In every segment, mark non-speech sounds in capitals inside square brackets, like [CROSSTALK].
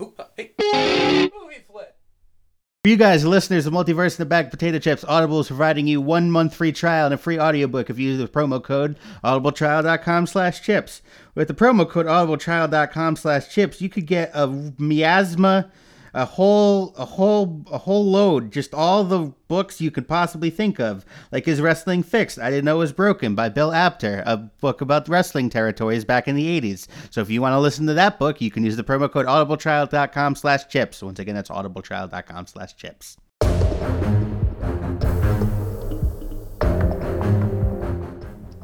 uh, For you guys, listeners of Multiverse in the Bag Potato Chips, Audible is providing you one month free trial and a free audiobook if you use the promo code audibletrial.com slash chips. With the promo code audibletrial.com slash chips, you could get a miasma, a whole, a whole, a whole load, just all the books you could possibly think of, like Is Wrestling Fixed? I Didn't Know It Was Broken by Bill Apter, a book about wrestling territories back in the 80s. So if you want to listen to that book, you can use the promo code audibletrial.com slash chips. Once again, that's audibletrial.com slash chips.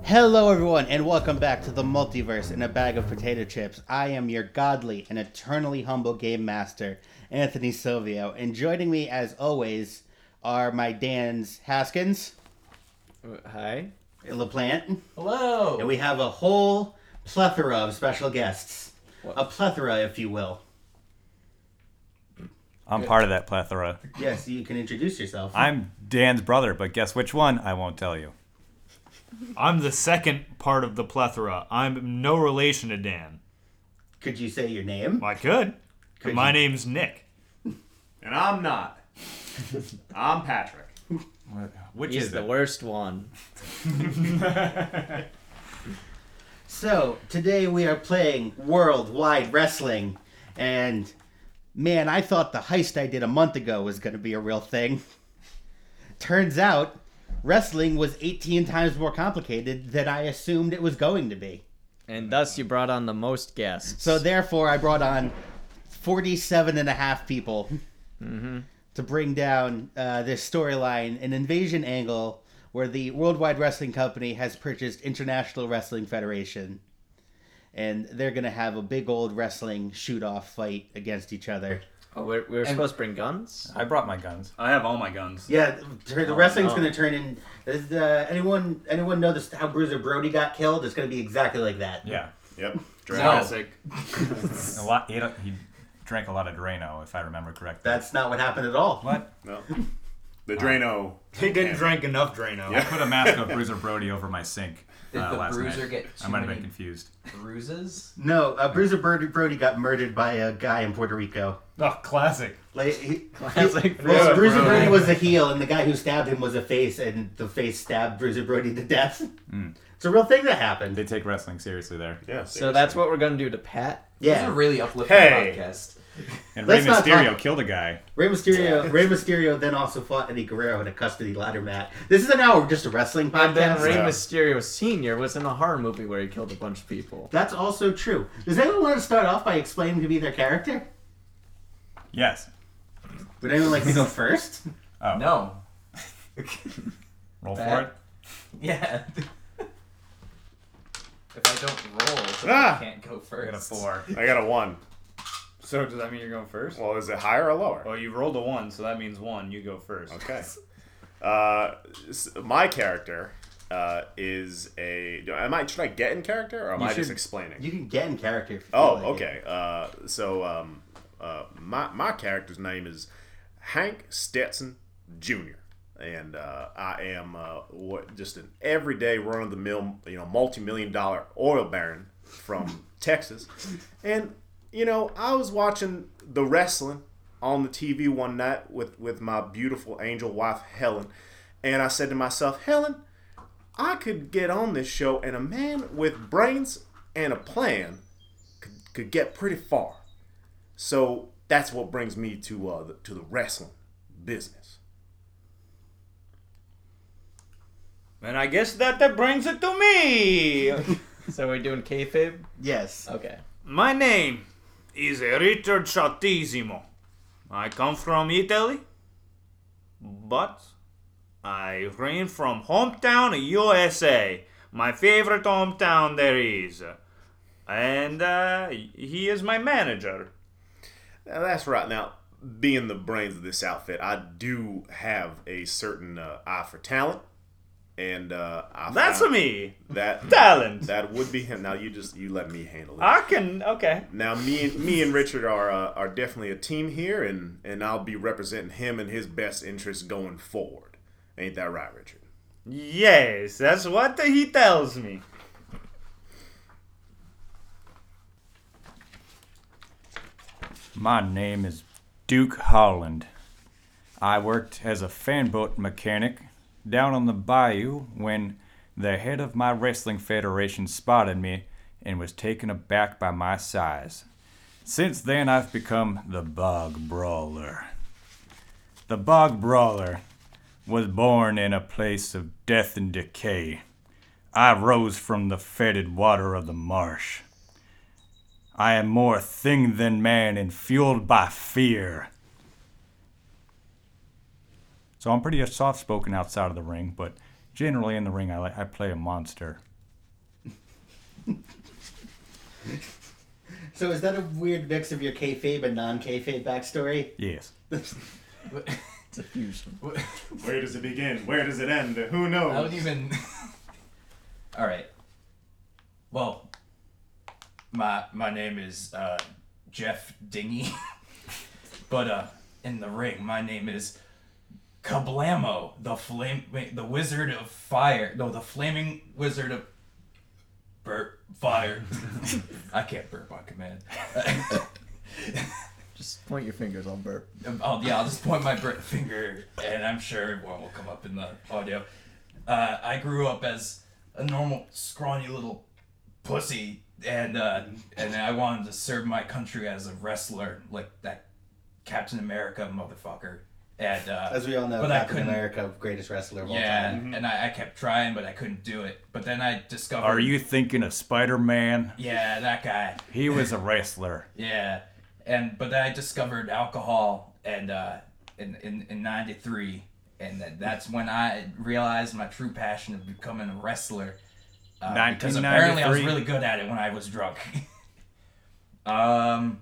Hello, everyone, and welcome back to the multiverse in a bag of potato chips. I am your godly and eternally humble game master, Anthony Silvio, and joining me, as always, are my Dan's Haskins Hi. and LaPlante, Hello. and we have a whole plethora of special guests. A plethora, if you will. I'm part of that plethora. Yes, you can introduce yourself. I'm Dan's brother, but guess which one? I won't tell you. I'm the second part of the plethora. I'm no relation to Dan. Could you say your name? I could. Could My you? name's Nick. And I'm not. I'm Patrick. Which He's the worst one. So, today we are playing Worldwide Wrestling, and man, I thought the heist I did a month ago was going to be a real thing. [LAUGHS] Turns out, wrestling was 18 times more complicated than I assumed it was going to be. And thus you brought on the most guests. So therefore, I brought on 47 and a half people to bring down uh, this storyline, an invasion angle where the Worldwide Wrestling Company has purchased International Wrestling Federation. And they're going to have a big old wrestling shoot off fight against each other. oh, we're, we're supposed to bring guns? I brought my guns. I have all my guns. Yeah, the wrestling's no. going to turn in. Does uh, anyone anyone know this, how Bruiser Brody got killed? It's going to be exactly like that. Yeah, Yep. Jurassic. a lot. He, he drank a lot of Drano, if I remember correctly. That's not what happened at all. what? No. The Drano. He didn't drink enough Drano. I [LAUGHS] put a mask of Bruiser Brody over my sink Did uh, the last Bruiser night. get I too might have been many- confused. bruises. No, uh, Bruiser Brody, Brody got murdered by a guy in Puerto Rico. Oh, classic. Like, he, Classic Bruiser Well, Bruiser Brody. Brody was a heel, and the guy who stabbed him was a face, and the face stabbed Bruiser Brody to death. Hmm. It's a real thing that happened. They take wrestling seriously there. Yeah. So that's what we're going to do to Pat. This is a yeah, really uplifting Hey. podcast. And Rey Let's not Mysterio talk- killed a guy. Rey Mysterio. Rey Mysterio then also fought Eddie Guerrero in a custody ladder match. This is an hour of just a wrestling And then podcast. Rey Yeah. Mysterio Sr. was in a horror movie where he killed a bunch of people. That's also true. Does anyone want to start off by explaining to me their character? Yes. Would anyone like [LAUGHS] to go first? No. [LAUGHS] Roll for Bad. it. Yeah. if I don't roll, so Ah! I can't go first. I got a one. So does that mean you're going first? Well, is it higher or lower? Well, you rolled a one, so that means one. You go first. Okay. Uh, s- my character uh, is a. do- Am I should I get in character or am You I just should- explaining? You can get in character. If you feel oh, like it. okay. Uh, so um, uh, my my character's name is Hank Stetson Jr. And uh, I am uh, what, just an everyday run of the mill, you know, multi million dollar oil baron from Texas. And, you know, I was watching the wrestling on the TV one night with, with my beautiful angel wife, Helen. And I said to myself, Helen, I could get on this show, and a man with brains and a plan could, could get pretty far. So that's what brings me to uh, the, to the wrestling business. And I guess that that brings it to me. So we're doing kayfabe? Yes. Okay. My name is Richard Chattissimo. I come from Italy, but I ran from hometown USA, my favorite hometown there is. And uh, he is my manager. Now, that's right. Now, being the brains of this outfit, I do have a certain uh, eye for talent, and uh, I That's Uh-huh. found me. [LAUGHS] That Talent. that would be him. Now you just you let me handle it. I can. Okay. Now me and me and Richard are uh, are definitely a team here, and and I'll be representing him and his best interests going forward. Ain't that right, Richard? Yes, that's what he tells me. My name is Duke Holland. I worked as a fanboat mechanic down on the bayou when the head of my wrestling federation spotted me and was taken aback by my size. Since then, I've become the Bog Brawler. The Bog Brawler was born in a place of death and decay. I rose from the fetid water of the marsh. I am more thing than man and fueled by fear. So I'm pretty soft spoken outside of the ring, but generally in the ring, I, like, I play a monster. So is that a weird mix of your kayfabe and non-kayfabe backstory? Yes. It's a fusion. Where does it begin? Where does it end? Who knows? I don't even. [LAUGHS] All right. Well, my my name is uh, Jeff Dingy, [LAUGHS] but uh, in the ring, my name is Kablamo, the flame, wait, the wizard of fire. No, the flaming wizard of burp fire. [LAUGHS] I can't burp on command. [LAUGHS] Just point your fingers on burp. Um, Oh yeah, I'll just point my br- finger, and I'm sure everyone will come up in the audio. Uh, I grew up as a normal, scrawny little pussy, and uh, and I wanted to serve my country as a wrestler, like that Captain America motherfucker. And uh, As we all know, but I Captain couldn't. America, greatest wrestler of all Yeah, time. and I, I kept trying, but I couldn't do it. But then I discovered. Are you thinking of Spider Man? Yeah, that guy. He was a wrestler. Yeah, and but then I discovered alcohol and uh, in in in '93, and that, that's when I realized my true passion of becoming a wrestler. Uh, because apparently I was 1993. really good at it when I was drunk. [LAUGHS] um,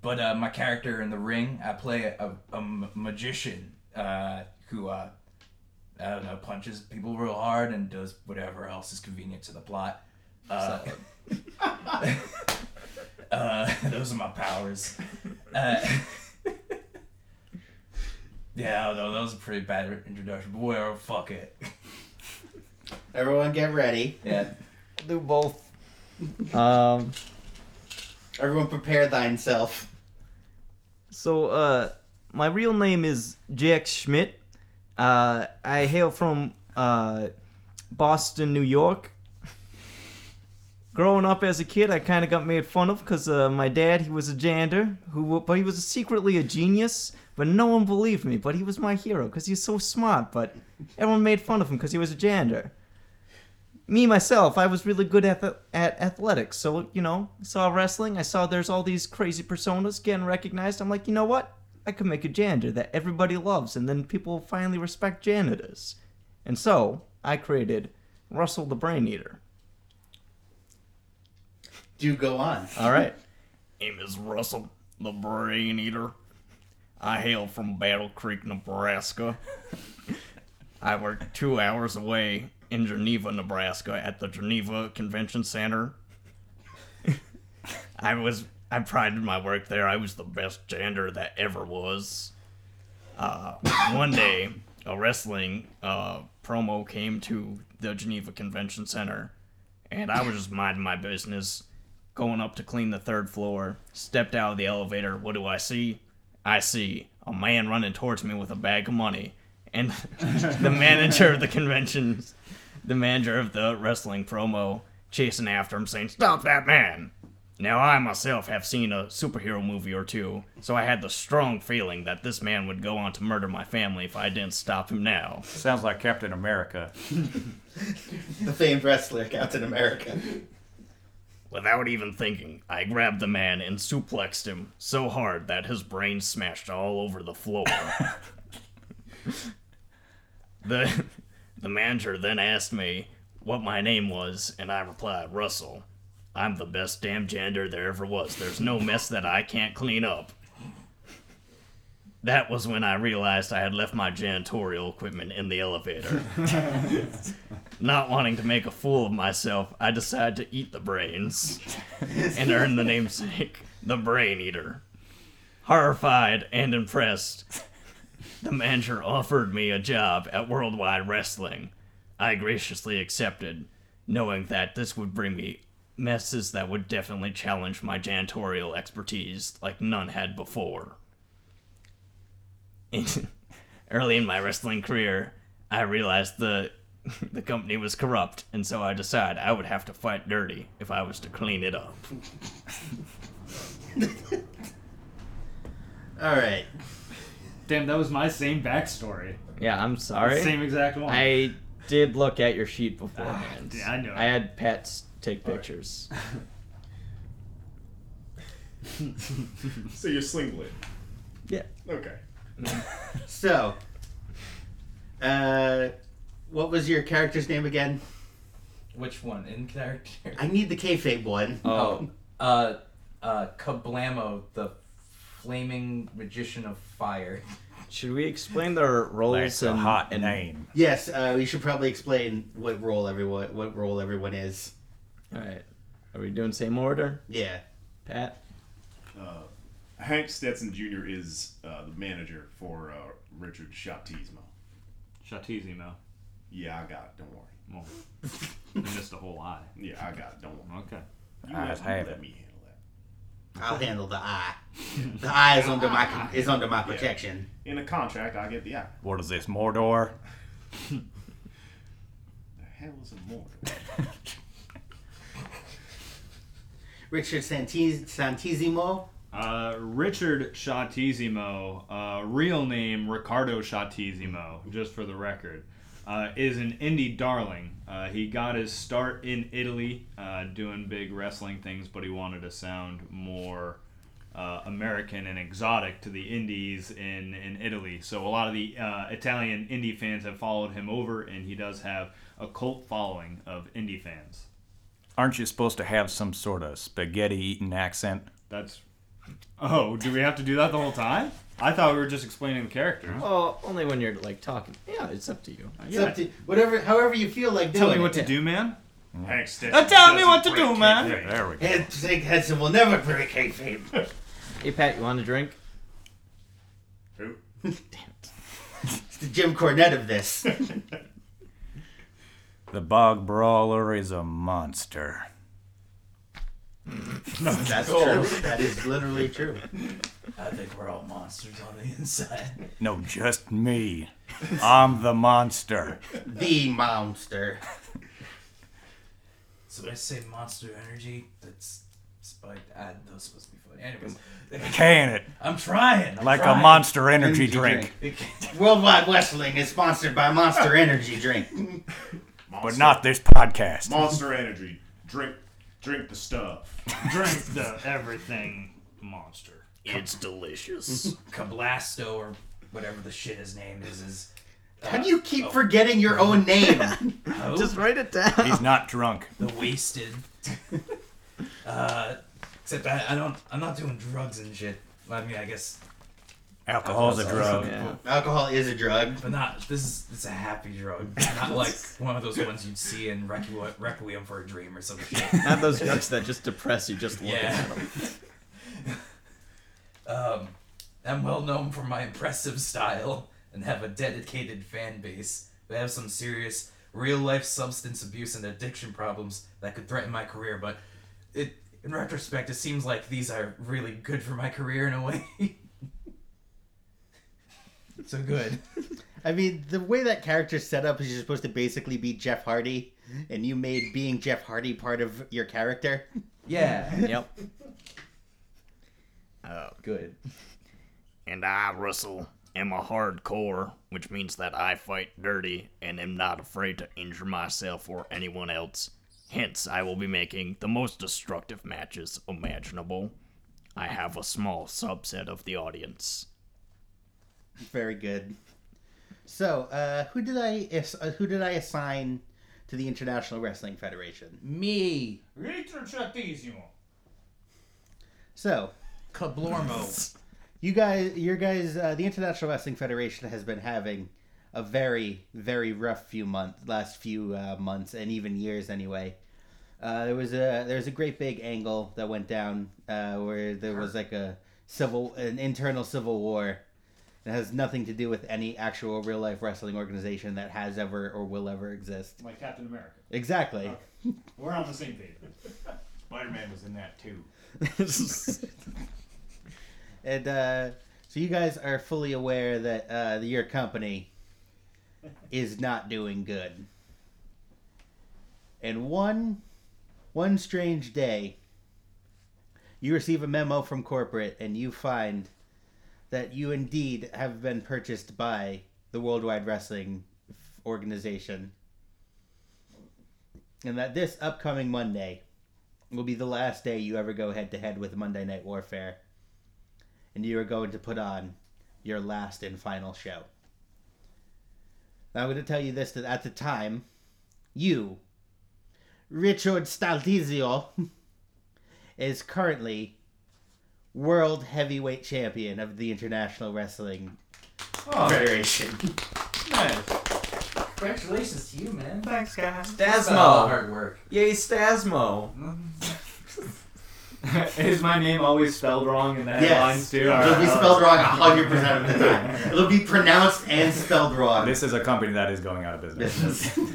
but uh, my character in the ring, I play a, a m- magician uh, who uh, I don't know punches people real hard and does whatever else is convenient to the plot. Uh, [LAUGHS] uh, those are my powers. Uh, [LAUGHS] yeah, I don't know. That was a pretty bad introduction, but whatever. Fuck it. Everyone get ready. Yeah. Do both. Um. Everyone prepare thine self. So, uh, my real name is Jack Schmidt. Uh, I hail from uh, Boston, New York. Growing up as a kid, I kind of got made fun of because uh, my dad, he was a jander, who, wa- but he was secretly a genius, but no one believed me. But he was my hero because he's so smart, but everyone made fun of him because he was a jander. Me, myself, I was really good at, at athletics, so, you know, saw wrestling, I saw there's all these crazy personas getting recognized. I'm like, you know what? I could make a janitor that everybody loves, and then people finally respect janitors. And so, I created Russell the Brain Eater. Do go on. All right. [LAUGHS] name is Russell, the Brain Eater. I hail from Battle Creek, Nebraska. [LAUGHS] I work two hours away in Geneva, Nebraska, at the Geneva Convention [LAUGHS] Center. I was I prided my work there. I was the best gender that ever was. Uh, one day, a wrestling uh, promo came to the Geneva Convention Center, and I was just minding my business going up to clean the third floor, stepped out of the elevator. What do I see? I see a man running towards me with a bag of money. And [LAUGHS] the manager of the convention, the manager of the wrestling promo, chasing after him, saying, Stop that man! Now, I myself have seen a superhero movie or two, so I had the strong feeling that this man would go on to murder my family if I didn't stop him now. Sounds like Captain America. The famed wrestler, Captain America. Without even thinking, I grabbed the man and suplexed him so hard that his brain smashed all over the floor. the the manager then asked me what my name was, and I replied, Russell. I'm the best damn gender there ever was. There's no mess that I can't clean up. That was when I realized I had left my janitorial equipment in the elevator. Not wanting to make a fool of myself, I decide to eat the brains and earn the namesake, the Brain Eater. Horrified and impressed, the manager offered me a job at Worldwide Wrestling. I graciously accepted, knowing that this would bring me messes that would definitely challenge my janitorial expertise like none had before. [LAUGHS] early in my wrestling career, I realized the the company was corrupt, and so I decided I would have to fight dirty if I was to clean it up. All right. Damn, that was my same backstory. Yeah, I'm sorry. Same exact one. I did look at your sheet beforehand. Ah, yeah, I know. I had pets take pictures. So you're slinglit. Yeah. Okay. So, uh, what was your character's name again? Which one in character? I need the kayfabe one. Oh, uh, uh, Kablamo, the flaming magician of fire. Should we explain their roles That's a and hot and name. Yes, uh, we should probably explain what role everyone what role everyone is. All right. Are we doing same order, Yeah. Pat? Hank Stetson Jr. is uh, the manager for uh, Richard Shoptismo. Shatizimo. Yeah, I got it. Don't worry. Well, [LAUGHS] I missed a whole eye. Yeah, I got it. Don't worry. Okay. You I let, you have let it. me handle that. I'll handle the eye. The eye is under my con- is under my protection. In the contract, I get the eye. What is this, Mordor? The hell is a mortal? Mm-hmm. Richard Santiz- Santissimo. Uh, Richard Shatizimo, uh, real name Ricardo Shatizimo, just for the record, uh, is an indie darling. Uh, he got his start in Italy uh, doing big wrestling things, but he wanted to sound more uh, American and exotic to the indies in, in Italy. So a lot of the uh, Italian indie fans have followed him over, and he does have a cult following of indie fans. Aren't you supposed to have some sort of spaghetti eating accent? That's. Oh, do we have to do that the whole time? I thought we were just explaining the character. Oh, only when you're like talking. Yeah, it's up to you. It's up to whatever, however you feel like doing. Tell me it. what to do, man. Hank Stetson. tell me what to doesn't do, break man. kayfabe. There we go. Head- Sig Hudson will never break kayfabe. Hey, Pat, you want a drink? Who? It's the Jim Cornette of [LAUGHS] this. The bog brawler is a monster. That's true. That is literally true. [LAUGHS] I think we're all monsters on the inside. No, just me. I'm the monster. The monster. So did I say monster energy? That's spiked. I, that was supposed to be [LAUGHS] funny. Anyways, Can it? I'm trying. I'm Like a trying. monster energy, Energy drink, drink. Worldwide Wrestling is sponsored by Monster Energy Drink. but not this podcast. [LAUGHS] Monster Energy. Drink, drink [LAUGHS] the stuff. Drink the everything monster. It's delicious. Kablasto or whatever the shit his name is is. uh, How do you Oh. keep forgetting your own name? Oh, Just write it down. He's not drunk. the wasted. [LAUGHS] uh, except I, I don't. I'm not doing drugs and shit. I mean, I guess, Alcohol's a drug. Yeah. Alcohol is a drug. but not. This is it's a happy drug, [LAUGHS] not like one of those ones you'd see in Requiem, Requiem for a Dream or some shit. Not those drugs that just depress you just looking Yeah. at them. [LAUGHS] Um, I'm well known for my impressive style and have a dedicated fan base. They have some serious real life substance abuse and addiction problems that could threaten my career, but it in retrospect it seems like these are really good for my career in a way. [LAUGHS] so good. I mean, the way that character's set up is you're supposed to basically be Jeff Hardy, and you made being Jeff Hardy part of your character. Yeah. Yep. Oh, good. and I, Russell, am a hardcore, which means that I fight dirty and am not afraid to injure myself or anyone else. Hence, I will be making the most destructive matches imaginable. I have a small subset of the audience. Very good. So, uh, who did I ass- uh, who did I assign to the International Wrestling Federation? Me, Richard Shatizimo. So, Kablormo. [LAUGHS] you guys, your guys, uh, the International Wrestling Federation has been having a very, very rough few months, last few uh, months, and even years anyway. Uh, there was a there was a great big angle that went down uh, where there was like a civil, an internal civil war. It has nothing to do with any actual real life wrestling organization that has ever or will ever exist. Like Captain America. Exactly. We're on the same page. Spider Man was in that too. [LAUGHS] and uh, So you guys are fully aware that uh, your company is not doing good. And one, one strange day, you receive a memo from corporate, and you find that you indeed have been purchased by the Worldwide Wrestling organization, and that this upcoming Monday will be the last day you ever go head to head with Monday Night Warfare and you are going to put on your last and final show. Now, I'm going to tell you this that at the time, you, Richard Staltizio, [LAUGHS] is currently world heavyweight champion of the International Wrestling Federation. Congratulations to you, man. Thanks, guys. That's all Stasmo. hard work. Yay, Stasmo. [LAUGHS] Is my name always spelled wrong in the Yes, headlines too? it'll be spelled wrong 100% of the time. It'll be pronounced and spelled wrong. This is a company that is going out of [LAUGHS] business. business.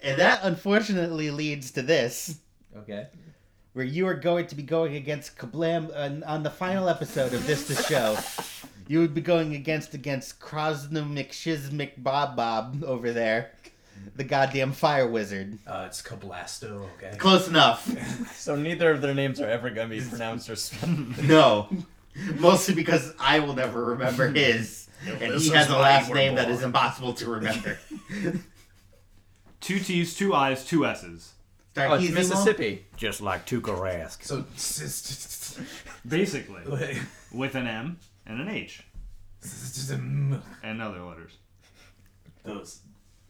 and that unfortunately leads to this, Okay. where you are going to be going against Kablam on, on the final episode of this the show. You would be going against against Krasno McShizmic Bob Bob over there, the goddamn fire wizard. Uh, it's Kablasto, okay? Close enough. So neither of their names are ever going to be pronounced or spelled. [LAUGHS] No. Mostly because I will never remember his. And this he is has a why last you were name that born. is impossible to remember. Oh, Two T's, two I's, two S's. [LAUGHS] Oh, it's Starkizimo? Mississippi. [LAUGHS] Just like Tuka [LAUGHS] Rask. So, s- Basically, [LAUGHS] s- with an M and an H s- and other letters. those.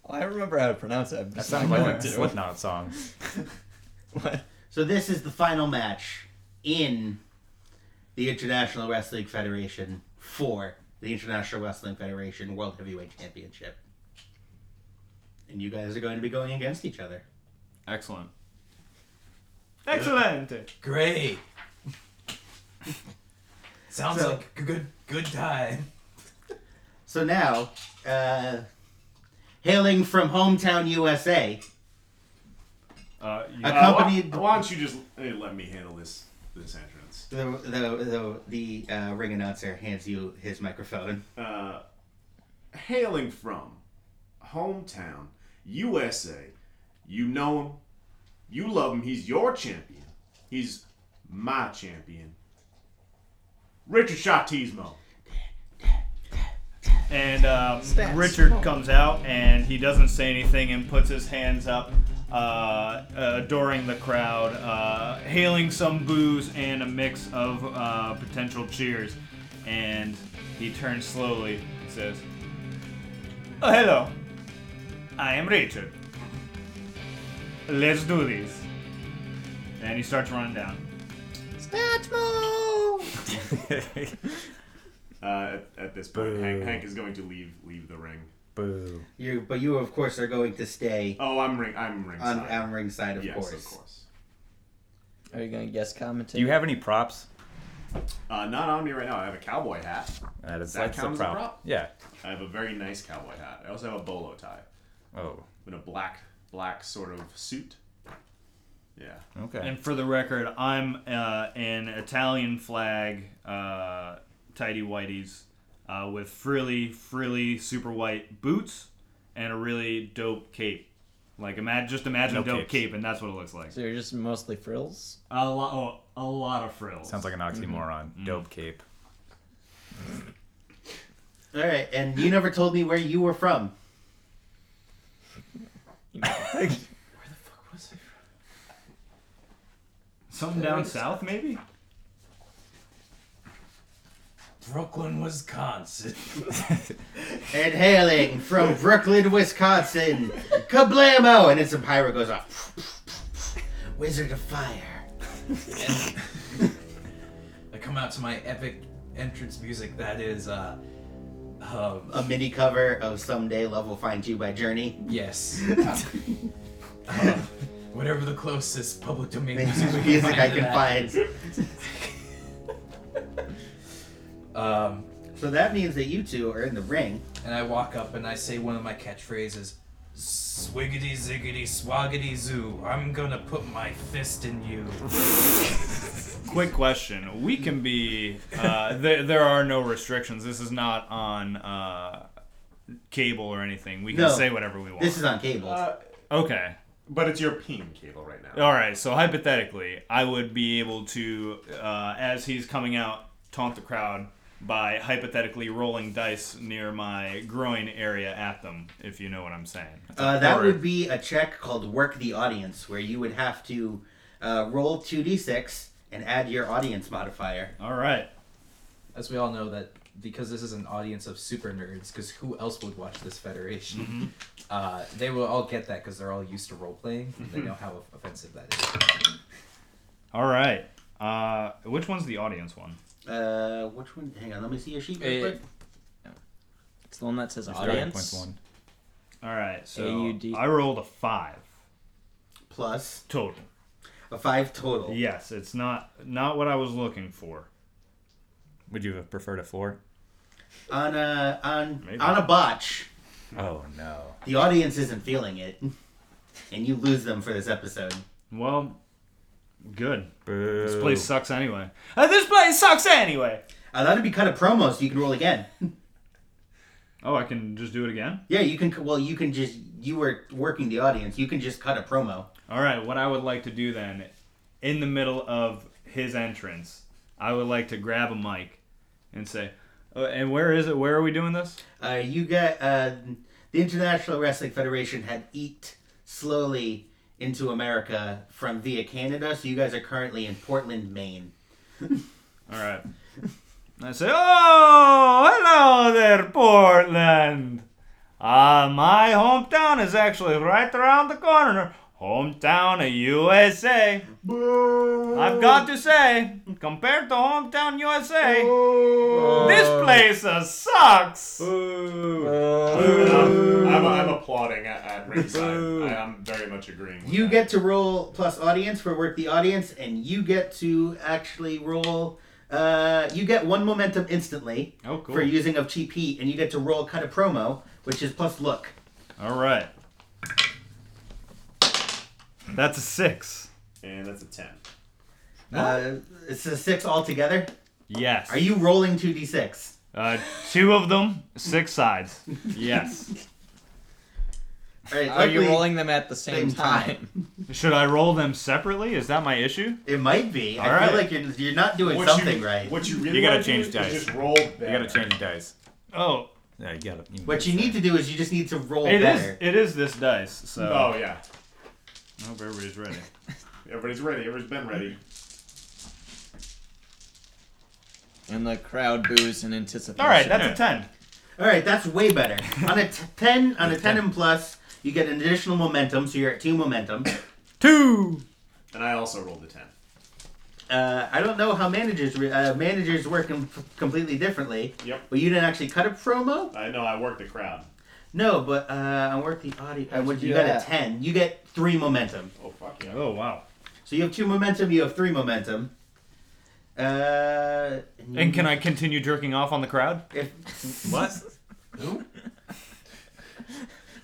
Oh, I remember how to pronounce it. I'm That just sounds not like a going to. Slipknot song. [LAUGHS] What? So this is the final match in the International Wrestling Federation for the International Wrestling Federation World Heavyweight Championship. And you guys are going to be going against each other. Excellent. Excellent. Great. Sounds So- like a good good time. So now, uh, hailing from hometown USA, Uh, you- A company- Uh, why, why don't you just hey, let me handle this this entrance? the the the, the uh, ring announcer hands you his microphone. Uh, hailing from hometown USA, you know him, you love him. He's your champion. He's my champion. Richard Shottismo. And um, Richard comes out and he doesn't say anything and puts his hands up, uh, adoring the crowd, uh, hailing some boos and a mix of uh, potential cheers. And he turns slowly and says, Oh, hello. I am Richard. Let's do this. And he starts running down. Uh, at, at this point, Hank, Boo. Hank is going to leave leave the ring. Boo. You but you of course are going to stay Oh, I'm ring. I'm ring. on, on ringside of yes, course. of course. Are you going to guess Do commentary? you have any props? Uh, not on me right now. I have a cowboy hat. That is That that's counts as a prop. prop? Yeah. I have a very nice cowboy hat. I also have a bolo tie. Oh. in a black black sort of suit. Yeah. Okay. And for the record, I'm uh, an Italian flag uh, tidy whiteys uh, with frilly, frilly, super white boots and a really dope cape. Like, imagine just imagine No a dope capes. cape, and that's what it looks like. So you're just mostly frills? A lot, oh, a lot of frills. Sounds like an oxymoron. Dope cape. All right, and you never told me where you were from. [LAUGHS] something down south, maybe. Brooklyn, Wisconsin. And hailing [LAUGHS] from Brooklyn, Wisconsin, Kablamo! And then some pyro goes off. Wizard of Fire. I come out to my epic entrance music that is, uh, um, A mini cover of Someday Love Will Find You by Journey. [LAUGHS] yes. Uh, whatever the closest public domain music, we can Music find I to can that. find. [LAUGHS] Um, So that means that you two are in the ring. and I walk up and I say one of my catchphrases, "Swiggity ziggity swaggity zoo." I'm gonna put my fist in you. quick question. We can be. [LAUGHS] Uh, there, there are no restrictions. This is not on uh, cable or anything. We can No. say whatever we want. This is on cable. okay. But it's European cable right now. All right. So hypothetically, I would be able to, uh, as he's coming out, taunt the crowd by hypothetically rolling dice near my groin area at them. If you know what I'm saying. Uh, that would be a check called Work the Audience, where you would have to uh, roll 2d6 and add your audience modifier. All right. As we all know that because this is an audience of super nerds, because who else would watch this Federation? Mm-hmm. Uh, they will all get that because they're all used to role playing. and They Mm-hmm. know how offensive that is. All right. Uh, which one's the audience one? Uh, which one? Hang on, let me see your sheet real Eh, quick. It's the one that says Point audience. one. All right. So AUD. I rolled a five Plus total. a 5 total. Yes, it's not not what I was looking for. Would you have preferred a floor? On a, on, Maybe. on a botch, Oh no. the audience isn't feeling it, [LAUGHS] and you lose them for this episode. Well, good. Boo. This place sucks anyway. Uh, this place sucks anyway. Uh, that'd be cut a promo, so you can roll again. [LAUGHS] Oh, I can just do it again. yeah, you can. Well, you can just. You were working the audience. You can just cut a promo. All right. What I would like to do then, in the middle of his entrance, I would like to grab a mic and say, uh, "And where is it? Where are we doing this?" Uh, you got uh, the International Wrestling Federation had eked slowly into America from via Canada, so you guys are currently in Portland, Maine. All right. And I say, "Oh, hello there, Portland. Uh, my hometown is actually right around the corner. Hometown of USA. I've got to say, compared to hometown USA, this place uh, sucks." I'm, I'm, I'm applauding at, at ringside. I, I'm very much agreeing. With You that. get to roll plus audience for work the audience, and you get to actually roll. Uh, you get one momentum instantly Oh, cool. for using of cheap heat, and you get to roll cut a promo, which is plus look. All right. That's a six. and that's a ten. Uh, it's a six altogether. Yes. Are you rolling two d six? Uh, two of them, six sides. Yes. Are you rolling them at the same, same time? Should I roll them separately? Is that my issue? It might be. I All right. feel like you're, you're not doing What something you, right. What you really gotta wanna do change is dice. Just roll. Better. You gotta change dice. Oh, Yeah, you gotta. You What you need to do is you just need to roll it is. better. It is this dice. So Oh yeah. I hope everybody's ready. Everybody's ready. Everybody's been ready. And the crowd boos in anticipation. All right, that's a ten. All right, that's way [LAUGHS] better. on a t- ten, on a ten and plus, you get an additional momentum, so you're at two [COUGHS] momentum. Two. And I also rolled a ten. Uh, I don't know how managers re- uh, managers work com- completely differently. Yep. But you didn't actually cut a promo. I know. I worked the crowd. No, but uh, I work the audio. Uh, what, you you do got a that? ten. You get three momentum. Oh fuck yeah. Oh wow. So you have two momentum. You have three momentum. Uh, And can I continue jerking off on the crowd? If, What?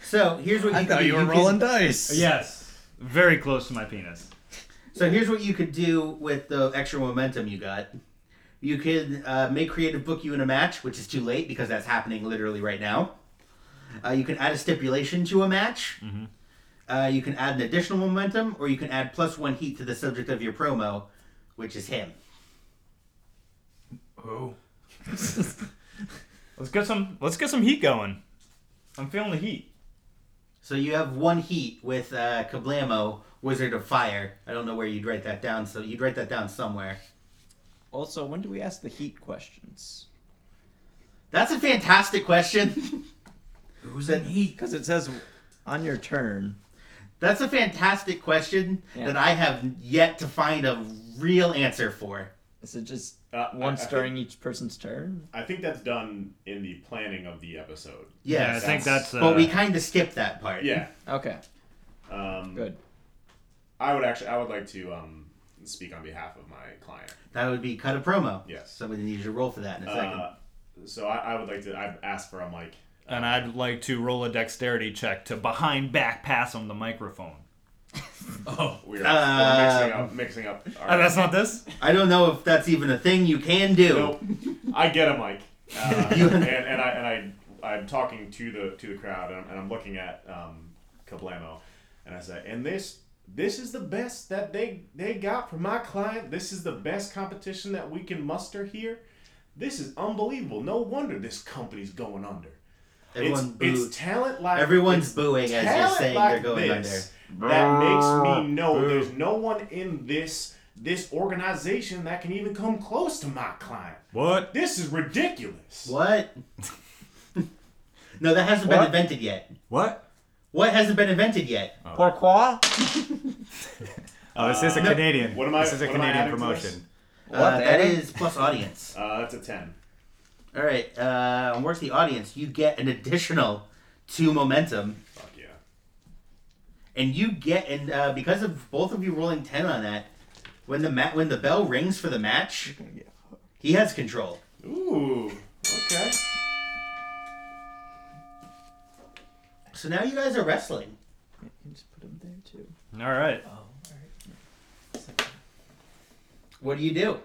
so here's what you I can thought do. you were can- rolling dice. yes. Very close to my penis. So here's what you could do with the extra momentum you got. You could uh, make creative book you in a match, which is too late because that's happening literally right now. Uh, you can add a stipulation to a match. Mm-hmm. Uh, you can add an additional momentum, or you can add plus one heat to the subject of your promo, which is him. Let's get some. Let's get some heat going. I'm feeling the heat. So you have one heat with uh, Kablamo, Wizard of Fire. I don't know where you'd write that down, so you'd write that down somewhere. Also, when do we ask the heat questions? That's a fantastic question. [LAUGHS] Who's in heat? Because it says on your turn. That's a fantastic question Yeah. that I have yet to find a real answer for. Is it just Uh, once I- I during each person's turn? I think that's done in the planning of the episode. Yeah, I Yes. think that's. Uh, but we kind of skipped that part. Yeah. Okay, Um, good. I would actually. I would like to um, speak on behalf of my client. That would be cut a promo. Yes. Somebody needs to roll for that in a second. Uh, so I, I would like to. I've asked for a mic. and I'd like to roll a dexterity check to behind back pass on the microphone. Oh, we are Uh, we're mixing up. Mixing up. Uh, that's not this. I don't know if that's even a thing you can do. Nope. I get a mic, uh, You- and, and I and I I'm talking to the to the crowd, and I'm, and I'm looking at um, Kablamo, and I say, and this this is the best that they they got from my client. This is the best competition that we can muster here. This is unbelievable. No wonder this company's going under. Everyone it's, booed. it's talent like Everyone's it's booing as you're talent saying like they're going this under. That Brrr. makes me know Boo. there's no one in this this organization that can even come close to my client. What? This is ridiculous. What? [LAUGHS] no, that hasn't been What? invented yet. What? What hasn't been invented yet? [LAUGHS] Pourquoi? [LAUGHS] Oh, this is a Uh, Canadian. What am I? this is a what am I Canadian adding to this? promotion. Uh, that is plus audience. Uh, that's a ten. All right. Uh, and where's the audience? You get an additional two momentum, Fuck yeah. and you get and uh, because of both of you rolling ten on that, when the mat when the bell rings for the match, he has control. Ooh. Okay. So now you guys are wrestling. just put him there too. All right. What do you [LAUGHS] do?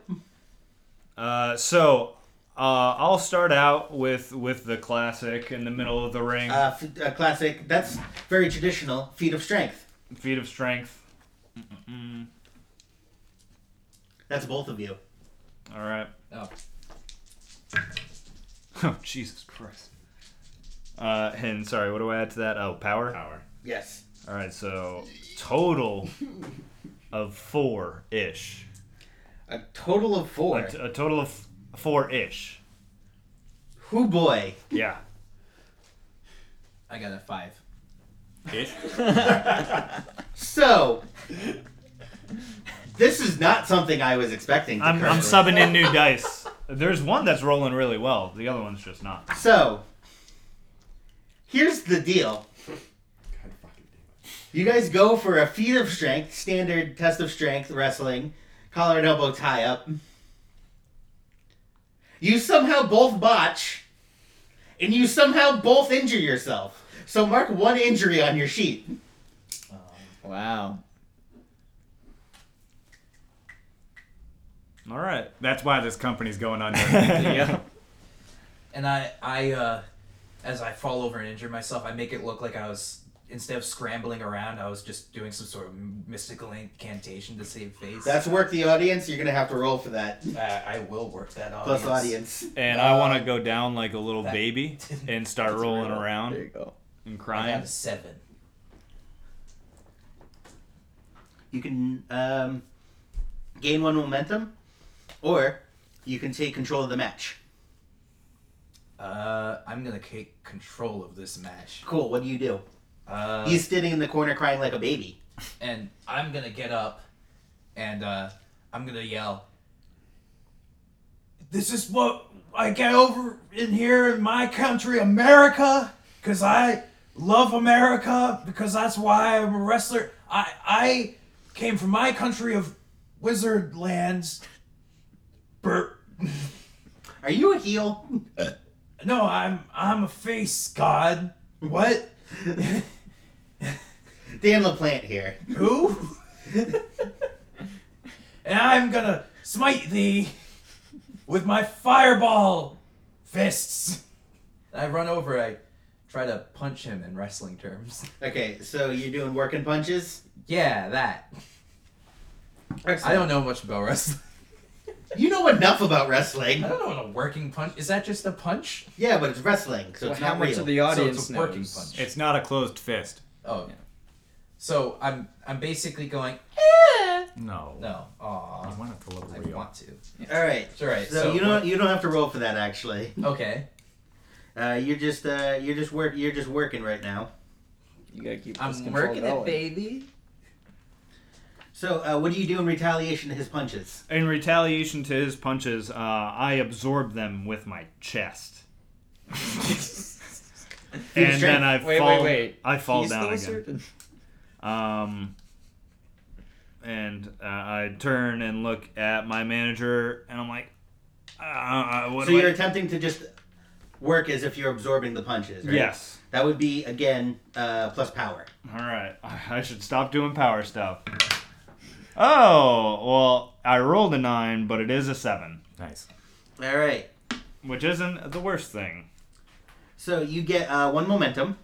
Uh, so uh, I'll start out with with the classic in the middle of the ring, Uh, f- uh, classic. That's very traditional. Feat of strength. feet of strength. That's both of you. All right. Oh. [LAUGHS] Oh Jesus Christ. Uh, and sorry, what do I add to that? Oh, power. Power. Yes. All right, so total of four ish. A total of A, four. t- a total of four ish. Who boy? Yeah. I got a five. [LAUGHS] So. This is not something I was expecting. To [LAUGHS] I'm, occur. I'm subbing in new dice. There's one that's rolling really well. The other one's just not. So, here's the deal. God fucking damn You guys go for a feat of strength, standard test of strength, wrestling, collar and elbow tie up. You somehow both botch, and you somehow both injure yourself. So mark one injury on your sheet. Wow. All right. That's why this company's going [LAUGHS] under. [LAUGHS] yeah. And I, I, uh, as I fall over and injure myself, I make it look like I was instead of scrambling around, I was just doing some sort of mystical incantation to save face. That's work the audience. You're gonna have to roll for that. uh, I will work that audience. Plus audience. And I want to go down like a little [LAUGHS] that- baby and start [LAUGHS] rolling There around you go. and I got crying. a seven. You can um, gain one momentum, or you can take control of the match. Uh, I'm gonna take control of this match. Cool. What do you do? Uh, He's sitting in the corner crying like a baby. and I'm gonna get up, and uh, I'm gonna yell. This is what I get over in here in my country, America, because I love America because that's why I'm a wrestler. I I came from my country of wizard lands. Bert, Are you a heel? no, I'm I'm a face god. What? Dan LaPlante here. Who? and I'm gonna smite thee with my fireball fists. I run over, I try to punch him in wrestling terms. Okay, so you're doing working punches. Yeah, that. Excellent. I don't know much about wrestling. You know enough about wrestling. I don't know what a working punch is. That just a punch? Yeah, but it's wrestling, so it's how not much real. of the audience so it's a working knows? punch. it's not a closed fist. Oh. So I'm I'm basically going "Eh." No. no. I Aw. want it to look I real. want to. All right, It's alright. so, So, you don't you don't have to roll for that actually. Okay. Uh, you're just uh, you're just work you're just working right now. You gotta keep this I'm control working it, going. [LAUGHS] baby. So uh, what do you do in retaliation to his punches? In retaliation to his punches, uh, I absorb them with my chest. and then I Wait, fall. wait, wait. I fall He's down still again. certain. Um, and uh, I turn and look at my manager, and I'm like, uh, uh, "What so do I- you're attempting to just work as if you're absorbing the punches. Right? Yes. That would be again uh, plus power. All right, [LAUGHS] I should stop doing power stuff. Oh, well, I rolled a nine, but it is a seven, Nice. All right. which isn't the worst thing. So you get uh, one momentum,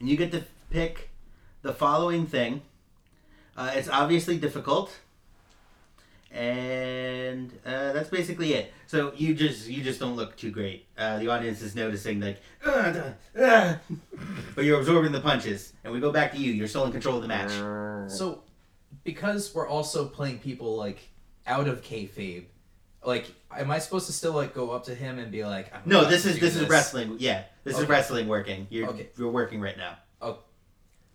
and you get to pick the following thing. Uh, it's obviously difficult, and uh, that's basically it. So you just you just don't look too great. Uh, the audience is noticing like, "Ugh, duh, ugh," but you're absorbing the punches. And we go back to you. You're still in control of the match. So, because we're also playing people like out of kayfabe, like, am I supposed to still like go up to him and be like, I'm No, about this to is do this is wrestling. Yeah, this is Okay. wrestling working. You're Okay. you're working right now.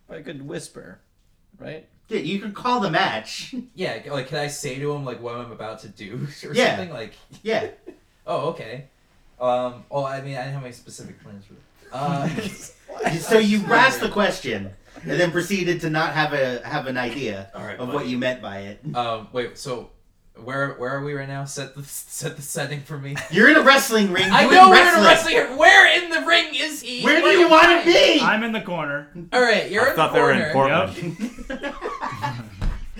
I could whisper, right? Yeah, you can call the match. [LAUGHS] Yeah, like, can I say to him like what I'm about to do [LAUGHS] or Yeah. something? Like, Yeah. oh, okay. Um, oh, I mean, I didn't have any specific plans for that. [LAUGHS] Uh, So you asked the question and then proceeded to not have a have an idea All right, of fine. what you meant by it. Um, wait, so where where are we right now? Set the [LAUGHS] set the setting [LAUGHS] for me. You're in a wrestling ring. I doing know we're in wrestling. a wrestling. Where in the ring is he? Where do What you are want to doing? be? I'm in the corner. All right, [LAUGHS] you're I in thought the they were corner. in Portland.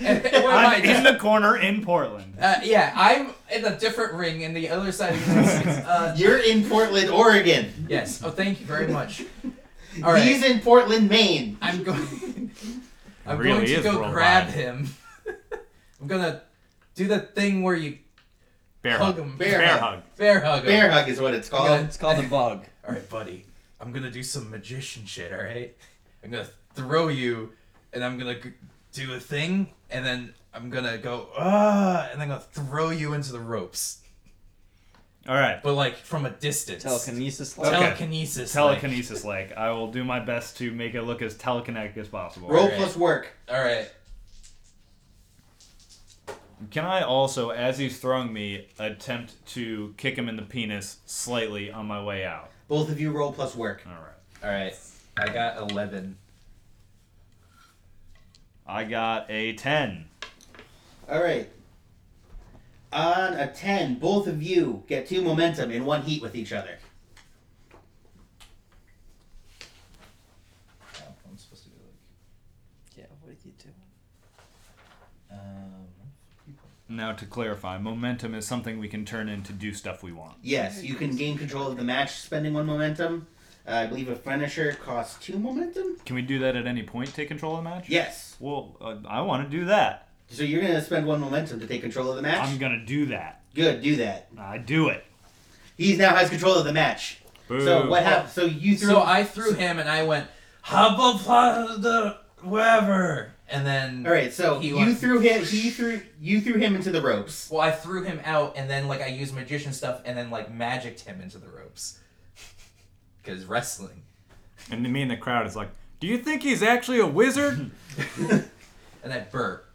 And [LAUGHS] what am I [LAUGHS] I'm doing? in the corner in Portland. Uh, yeah, I'm in a different ring in the other side of [LAUGHS] the United Uh, You're in Portland, Oregon. yes. Oh, thank you very much. All right, He's in Portland, Maine. [LAUGHS] I'm going. I'm Really going to is go worldwide. grab him. [LAUGHS] I'm gonna do the thing where you Bear hug hug. him, Bear Bear hug. hug. bear hug him. Bear hug is what it's I'm called. gonna- It's called a [LAUGHS] bug. all right, buddy, I'm gonna do some magician shit, all right? I'm gonna throw you, and I'm gonna g- do a thing, and then I'm gonna go, ah, and then I'm gonna throw you into the ropes, All right, but like from a distance. Telekinesis. like- Telekinesis. like. telekinesis like. I will do my best to make it look as telekinetic as possible. Roll Alright. plus work. All right. Can I also, as he's throwing me, attempt to kick him in the penis slightly on my way out? Both of you roll plus work. All right. All right. I got 11. I got a 10. All right. On a ten, both of you get two momentum in one heat with each other. Oh, I'm supposed to do like. Yeah, what did you do? Um, Now, to clarify, momentum is something we can turn in to do stuff we want. Yes, you can gain control of the match spending one momentum. Uh, I believe a finisher costs two momentum. Can we do that at any point? Take control of the match? Yes. Well, uh, I want to do that. So you're gonna spend one momentum to take control of the match. I'm gonna do that. Good, do that. I do it. He now has control of the match. So what happened? So you threw. so I threw him, and I went, hubba the wherever. And then. All right. So He you won. threw him. He threw. You threw him into the ropes. Well, I threw him out, and then like I used magician stuff, and then like magicked him into the ropes. [LAUGHS] Because wrestling. And me in the crowd is like, do you think he's actually a [LAUGHS] wizard? And I burp.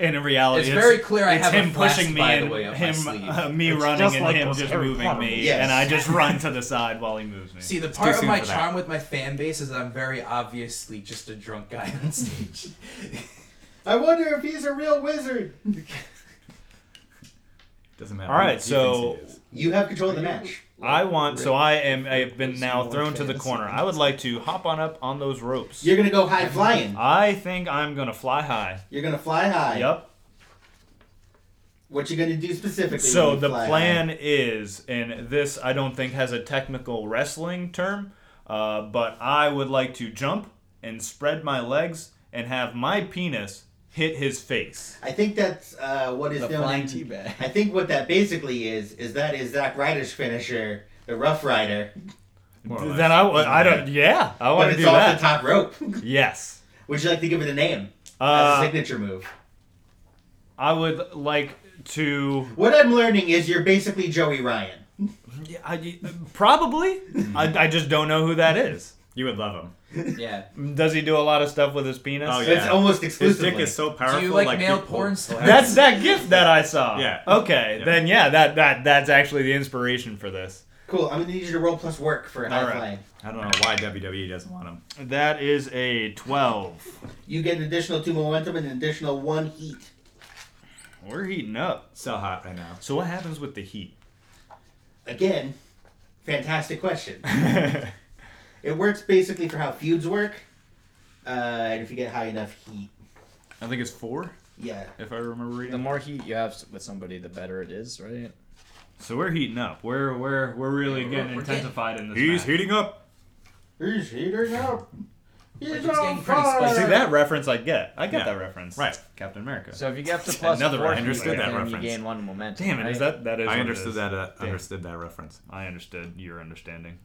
And in reality, It's very clear I Oh, it's have a him flask, pushing me by the and way, up my him, sleeve. uh, me running just and like him those just Harry moving Potter me, movies. Yes. and I just run to the side while he moves [LAUGHS] me. See, the part of soon my for that. charm with my fan base is that I'm very obviously just a drunk guy on stage. I wonder if he's a real wizard. [LAUGHS] Doesn't matter. All right, He thinks he so- is. You have control of the match. I want, so I am. I have been It's now more thrown to the fantasy. corner. I would like to hop on up on those ropes. You're gonna go high flying. I think I'm gonna fly high. You're gonna fly high. Yep. What you gonna do specifically? So when you the fly plan is, and this I don't think has a technical wrestling term, uh, but I would like to jump and spread my legs and have my penis hit his face. high? I think that's uh, what is The known. flying in- teabag. I think what that basically is is that is Zack Ryder's finisher, the Rough Rider, More or Then less. I, w- I don't. Yeah, I but want to it's do off that. the top rope. [LAUGHS] Yes. Would you like to give it a name as a Uh, signature move? I would like to. What I'm learning is you're basically Joey Ryan. Yeah, I, probably. I, I just don't know who that is. You would love him. yeah. Does he do a lot of stuff with his penis? Oh, It's Yeah. almost His exclusively. dick is so Do powerful. you like, male people- porn stars? That's that gift that I saw. Yeah. Okay. Yeah. Then yeah, that that that's actually the inspiration for this. cool. I'm gonna need you to roll plus work for high All right. flying. I don't know why WWE doesn't want him. That is a twelve. You get an additional two momentum and an additional one heat. We're heating up. So hot right now. So what happens with the heat? again, fantastic question. [LAUGHS] it works basically for how feuds work, uh, and if you get high enough heat. I think it's four. Yeah. If I remember reading. The more heat you have with somebody, the better it is, right? So we're heating up. We're we're we're really getting we're getting- intensified in this. He's heating up. He's heating up. He's it's on getting pretty fire. spicy. See that reference? I get. I get Yeah. that reference. Right. Captain America. So if you get up to plus [LAUGHS] another four I understood heat, that then you reference. gain one momentum, Damn it! Is right? that that is? I what it understood is. that, uh, Damn. understood that reference. I understood your understanding.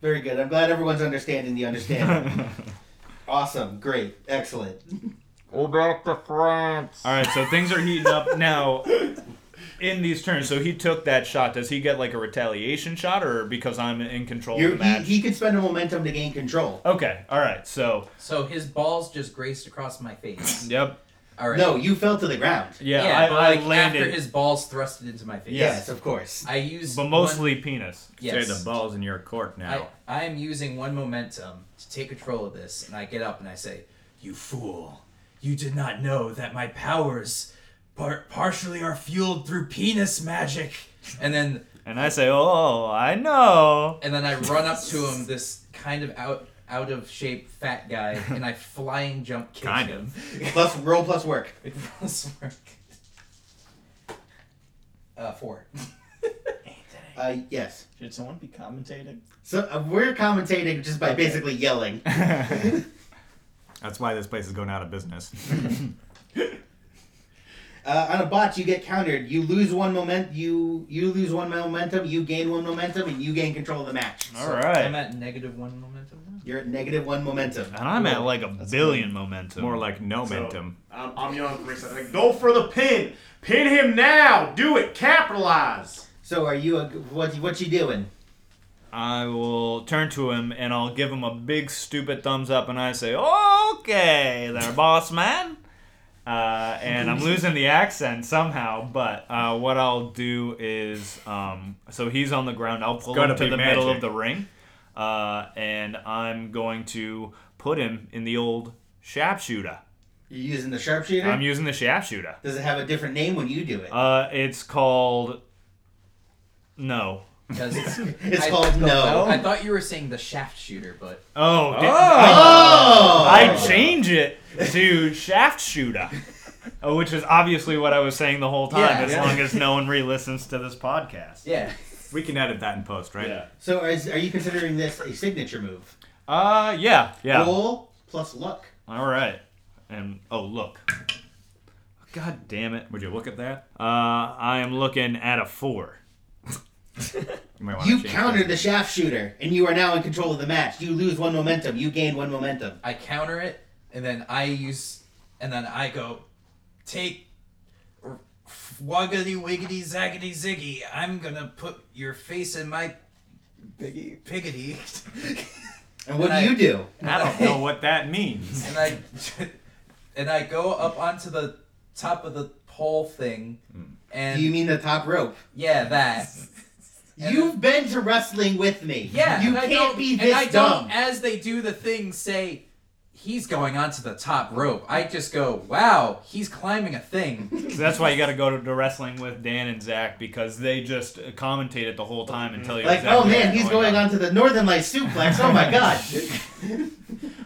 Very good. I'm glad everyone's understanding the [LAUGHS] understanding. awesome. Great. Excellent. Go back to France. All right, so things are heating up now. In these turns, so he took that shot. Does he get like a retaliation shot, or because I'm in control You- of the match? he, he could spend a momentum to gain control. Okay, all right. So, So his balls just graced across my face. [LAUGHS] yep. All right. No, you fell to the ground. Yeah, yeah, I, but I like landed. after his balls thrusted into my face. Yes, of course. I used but one- mostly penis. Yes. Say the ball's in your court I, I am using one momentum to take control of this, and I get up and I say, "You fool! You did not know that my powers par- partially are fueled through penis magic." And then and I say, "Oh, I know." And then I run up to him, this kind of out out of shape fat guy, and I flying jump kick Kind him. Plus roll plus work. plus work. Uh, four. Uh, yes. Should someone be commentating? So uh, we're commentating just by Okay. basically yelling. That's why this place is going out of business. Uh, on a botch, you get countered. You lose one moment. You you lose one momentum. You gain one momentum, and you gain control of the match. All right. I'm at negative one momentum [LAUGHS] now. You're at negative one momentum. And I'm at like a billion momentum. More like no momentum. I'm, I'm yelling for Reese. I think, go for the pin. Pin him now. Do it. Capitalize. So are you? A, what what you doing? I will turn to him and I'll give him a big stupid thumbs up, and I say, "Okay, there, boss man." Uh, and I'm losing the accent somehow, but uh, what I'll do is, um, so he's on the ground. I'll pull Gotta him to be the middle magic. of the ring, uh, and I'm going to put him in the old sharpshooter. You using the sharpshooter? I'm using the sharpshooter. Does it have a different name when you do it? Uh, it's called. No. It's called no. I thought you were saying the shaft shooter, but Oh, di- Oh. I, I change it to shaft shooter, uh, which is obviously what I was saying the whole time. Yeah, as yeah. long as no one re-listens to this podcast. Yeah. We can edit that in post, right? Yeah. So is, are you considering this a signature move? Uh, yeah, yeah. Roll plus luck. All right. And oh, look. God damn it! Would you look at that? Uh, I am looking at a four. you might You countered the shaft shooter, and you are now in control of the match. You lose one momentum. You gain one momentum. I counter it, and then I use, and then I go, take r- woggity wiggity zaggity ziggy. I'm gonna put your face in my piggy piggity. And what do you do? I don't know what that means. And I [LAUGHS] and I go up onto the top of the pole thing, Hmm. and Do you mean the top rope? [LAUGHS] Yeah, that. You've been to wrestling with me. Yeah, you and I can't don't- be and this I dumb. Don't, as they do the thing, say he's going onto the top rope. I just go, wow, he's climbing [LAUGHS] a thing. So that's why you got to go to, to wrestling with Dan and Zach because they just uh, commentate it the whole time and tell you. Like, exactly oh man, what's he's going on to the Northern Light suplex. Oh my [LAUGHS] god.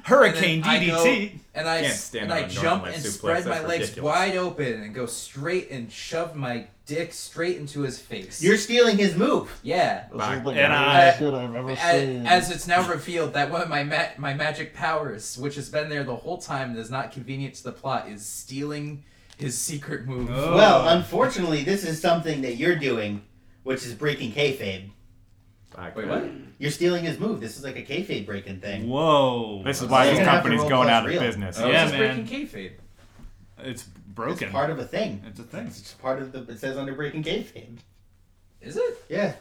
Hurricane I go- DDT. and I Can't s- stand and on I a normal jump leg and suplex, spread my that's legs ridiculous. wide open and go straight and shove my dick straight into his face. You're stealing his move. Yeah. Back. Uh, And I- a- as it's now revealed that one of my ma- my magic powers, which has been there the whole time and is not convenient to the plot, is stealing his secret move. Oh. Well, unfortunately, this is something that you're doing, which is breaking kayfabe. Wait, what? You're stealing his move. This is like a kayfabe breaking thing. Whoa. This is So why you're this gonna have to company's roll going plus out of real. business. Oh, yeah, it's man. kayfabe. It's broken. It's part of a thing. It's a thing. It's part of the. It says under breaking kayfabe. Is it? Yeah.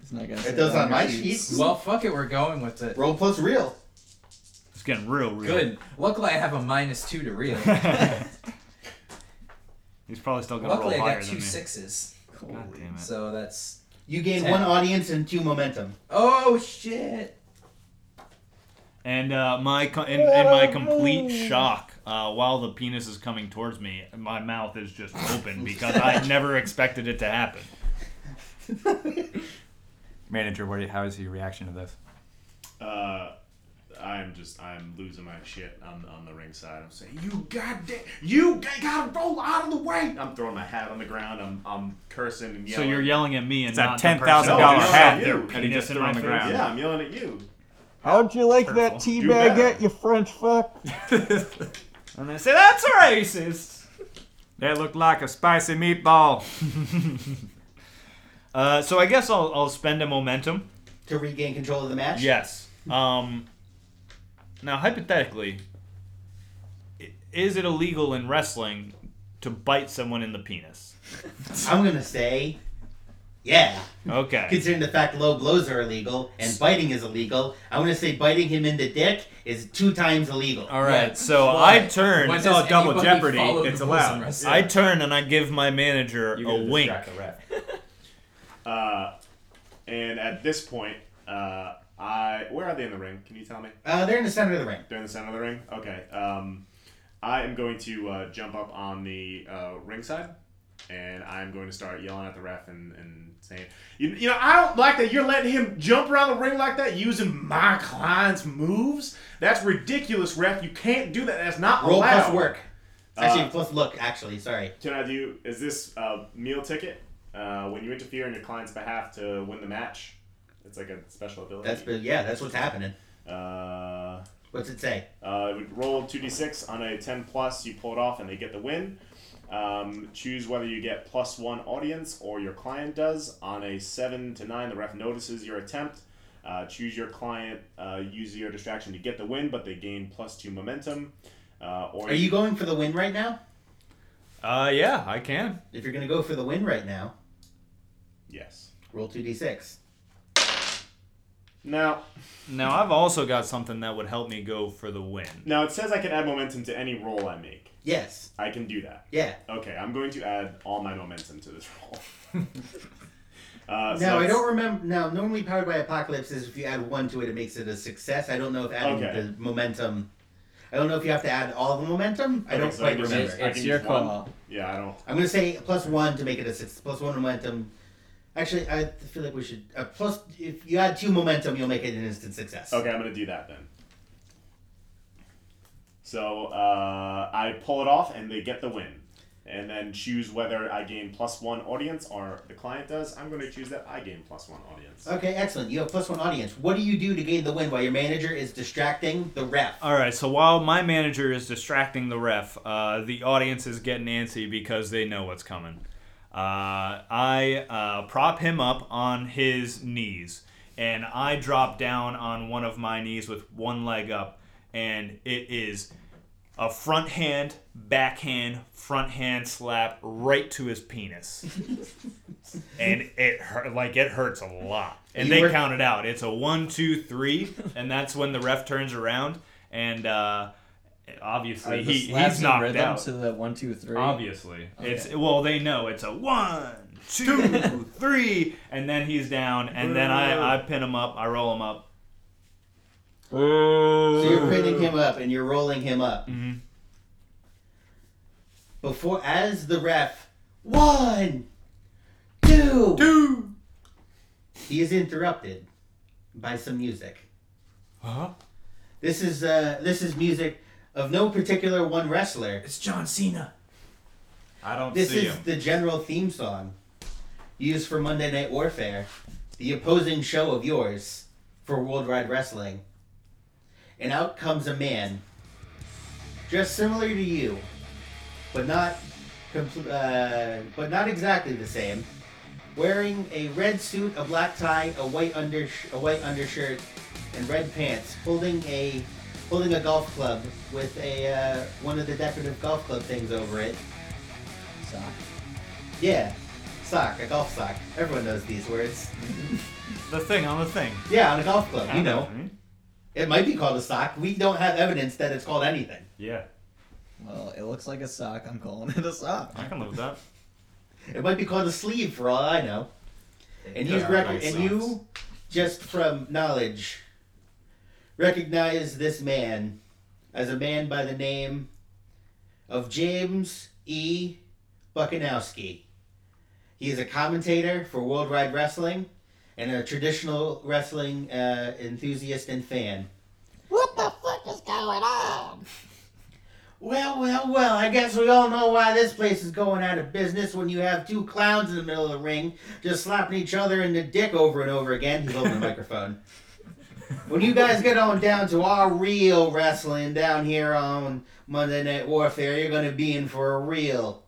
It's not It does on my sheets. Well, fuck it, we're going with it. Roll plus real. It's getting real, real. Good. Luckily, I have a minus two to [LAUGHS] real. He's probably still gonna Luckily, roll I higher got than two me. sixes. God damn it. So that's. You gain Ten. one audience and two momentum. Oh shit! And uh, my co- in, in my complete shock, uh, while the penis is coming towards me, my mouth is just open because I never expected it to happen. Manager, what? How is your reaction to this? Uh, I'm just, I'm losing my shit on, on the ring side. I'm saying, you goddamn, you g- gotta roll out of the way. I'm throwing my hat on the ground. I'm, I'm cursing and So yelling. you're yelling at me and It's a not the person. $10,000 No, I'm yelling hat at you. that he Penis just in threw my on the face. ground. Yeah, I'm yelling at you. How'd you like that Purple. tea Do bag better. at you French fuck? And they say, that's racist. That looked like a spicy meatball. uh, so I guess I'll, I'll spend a momentum. To regain control of the match? Yes. Um, now, hypothetically, i- is it illegal in wrestling to bite someone in the penis? I'm gonna say, yeah. Okay. Considering the fact low blows are illegal and biting is illegal, I'm gonna say biting him in the dick is two times illegal. All right, so Oh, I turn. It's all I turn and I give my manager a wink. Uh, and at this point, uh, I where are they in the ring? Can you tell me? Uh, they're in the center of the ring. They're in the center of the ring. Okay. Um, I am going to uh, jump up on the uh, ring side, and I'm going to start yelling at the ref and, and saying, you, you know, I don't like that you're letting him jump around the ring like that using my client's moves. That's ridiculous, ref. You can't do that. That's not Roll allowed. plus work. Actually, Uh, plus look. Actually, sorry. Can I do? Is this a meal ticket? Uh, when you interfere on your client's behalf to win the match, it's like a special ability. That's been- yeah, that's what's happening. Uh, What's it say? Uh, it would roll two d six on a ten plus. You pull it off, and they get the win. Um, choose whether you get plus one audience or your client does. On a seven to nine, the ref notices your attempt. Uh, choose your client. Uh, use your distraction to get the win, but they gain plus two momentum. Uh, or Are you going for the win right now? Uh, yeah, I can. If you're gonna go for the win right now, Yes. roll two d six. Now, now I've also got something that would help me go for the win. Now it says I can add momentum to any roll I make. Yes. I can do that. Yeah. Okay, I'm going to add all my momentum to this roll. now I uh, so that's- don't remember. Now normally powered by apocalypse is if you add one to it, it makes it a success. I don't know if adding Okay. the momentum. I don't know if you have to add all the momentum. I Okay, don't so quite can just- remember. I can use one. Yeah, I don't. I'm gonna say plus one to make it a six. Plus one momentum. Actually, I feel like we should uh, plus. If you add two momentum, you'll make it an instant success. Okay, I'm gonna do that then. So uh, I pull it off, and they get the win, and then choose whether I gain plus one audience or the client does. I'm going to choose that I gain plus one audience. Okay, excellent. You have plus one audience. What do you do to gain the win while your manager is distracting the ref? All right, so while my manager is distracting the ref, uh, the audience is getting antsy because they know what's coming. Uh, I uh, prop him up on his knees, and I drop down on one of my knees with one leg up, and it is a front hand, backhand, front hand slap right to his penis. [LAUGHS] and it hurt, like it hurts a lot. And You they were- count it out. It's a one, two, three, and that's when the ref turns around and uh, obviously Are the he, slaps he's in knocked rhythm out. to the one, two, three? Obviously, Okay. it's well they know it's a one, two, three, and then he's down, and then I, I pin him up, I roll him up. So you're pinning him up and you're rolling him up. Mhm. Before, as the ref, one, two, two. He is interrupted by some music. Huh? This is uh, this is music of no particular one wrestler. It's John Cena. I don't This see is him. the general theme song used for Monday Night Warfare, the opposing show of yours for Worldwide Wrestling. And out comes a man dressed similar to you, but not compl- uh, but not exactly the same, wearing a red suit, a black tie, a white under a white undershirt, and red pants, holding a holding a golf club with a uh, one of the decorative golf club things over it. Sock. Yeah, sock, a golf sock. Everyone knows these words. The thing on the thing. Yeah, on a golf club. I You know know, what I mean. it might be called a sock. We don't have evidence that it's called anything. Yeah. Well, it looks like a sock. I'm calling it a sock. I can live with that. It might be called a sleeve for all I know. And They you are rec- nice and you just from knowledge recognize this man as a man by the name of James E. Buckanowski. He is a commentator for World Wide Wrestling and a traditional wrestling uh, enthusiast and fan. What the fuck is going on? Well, well, well, I guess we all know why this place is going out of business when you have two clowns in the middle of the ring just slapping each other in the dick over and over again. He's holding the microphone. When you guys get on down to our real wrestling down here on Monday Night Warfare, you're going to be in for a real,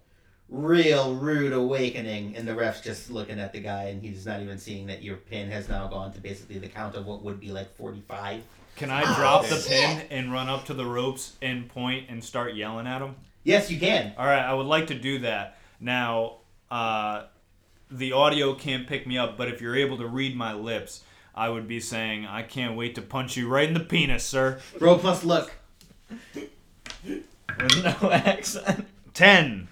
real rude awakening. And the ref's just looking at the guy and he's not even seeing that your pin has now gone to basically the count of what would be like 45. Can I drop the pin and run up to the ropes and point and start yelling at them? Yes, you can. All right, I would like to do that. Now, uh, the audio can't pick me up, but if you're able to read my lips, I would be saying, I can't wait to punch you right in the penis, sir. Roll plus look. With no accent. 10.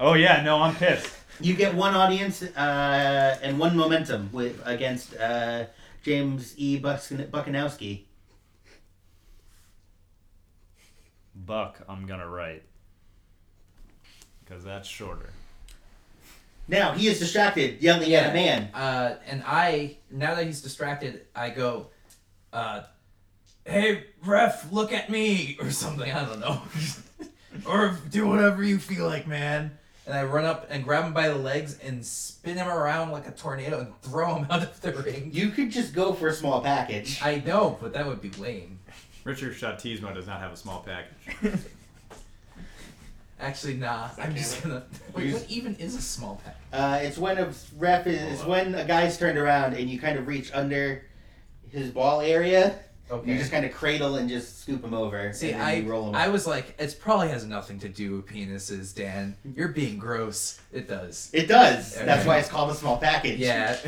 Oh, yeah, no, I'm pissed. You get one audience uh, and one momentum with against uh, James E. Buskin- Buckanowski. Buck, I'm going to write. Because that's shorter. Now he is distracted, yelling at a man. Uh, and I, now that he's distracted, I go, uh, Hey, ref, look at me [LAUGHS] or something. I don't know. [LAUGHS] or do whatever you feel like, man. And I run up and grab him by the legs and spin him around like a tornado and throw him [LAUGHS] out of the ring. You could just go for a small package. I know, but that would be lame. Richard Shatismo does not have a small package. Actually, nah. I'm just gonna. [LAUGHS] Wait, what even is a small pack? Uh, it's when a ref is it's when a guy's turned around and you kind of reach under his ball area. Okay. You just kind of cradle and just scoop him over. See, and then I you roll him. I was like, it probably has nothing to do with penises, Dan. You're being gross. [LAUGHS] It does. It does. Okay. That's why it's called a small package. Yeah.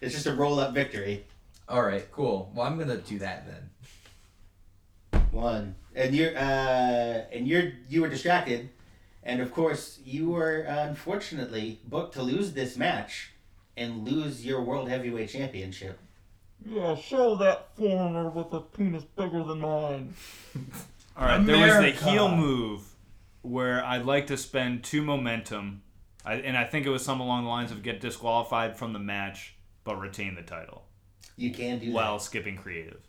It's just a roll up victory. All right. Cool. Well, I'm gonna do that then. One. And you're uh, and you're you were distracted, and of course you were uh, unfortunately booked to lose this match, and lose your world heavyweight championship. Yeah, show that foreigner with a penis bigger than mine. All right, there was the America. heel move where I'd like to spend two momentum, I, and I think it was some along the lines of get disqualified from the match but retain the title You can do while skipping creative.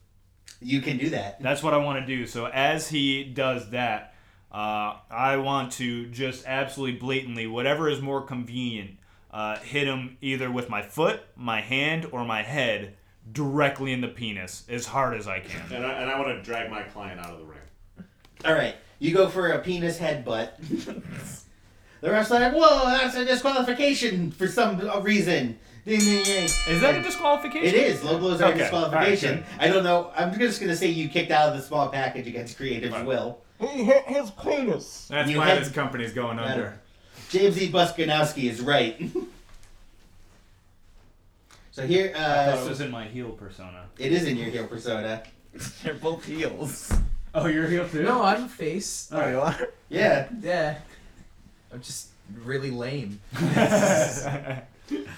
You can do that. That's what I want to do. So as he does that, uh, I want to just absolutely blatantly, whatever is more convenient, uh, hit him either with my foot, my hand, or my head directly in the penis as hard as I can. And I, and I want to drag my client out of the ring. All right, you go for a penis [LAUGHS] headbutt. the ref's like, "Whoa, that's a disqualification for some reason." Ding, ding, ding. Is that a disqualification? It is. Low blows are a Okay, disqualification. all right, I don't know. I'm just gonna say you kicked out of the small package against Creative's will. He hit his penis. That's You why had- this company's going under. James E. Buskanowski is right. [LAUGHS] so here, uh, I thought it was in my heel persona. it is in your heel persona. They're both heels. Oh, you're heel too? No, I'm face. Oh, you are? Yeah. Yeah. I'm just really lame.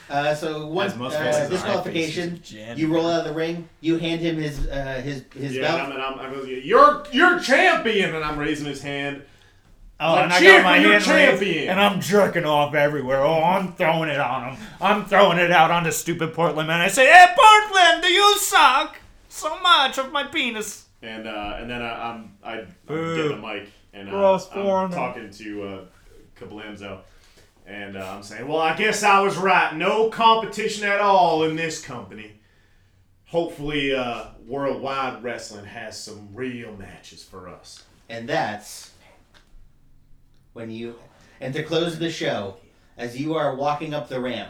Uh, so one As most uh, faces are. disqualification. Faces are jammed. You roll out of the ring. You hand him his uh, his his yeah, belt. and I'm, and I'm, I'm going, you're you're champion, and I'm raising his hand. [LAUGHS] Oh, Like, and I cheer got my for your hand raised, champion. and I'm jerking off everywhere. Oh, I'm throwing it on him. I'm throwing it out onto stupid Portland man. I say, "Hey, Portland, do you suck so much of my [LAUGHS] penis?" And uh, and then I, I'm I I'm Boo. get the mic and uh, Ross I'm Foreman. talking to uh, Kablamzo, and uh, I'm saying, well, I guess I was right. No competition at all in this company. Hopefully, uh, worldwide wrestling has some real matches for us. And that's when you. And to close the show, as you are walking up the ramp,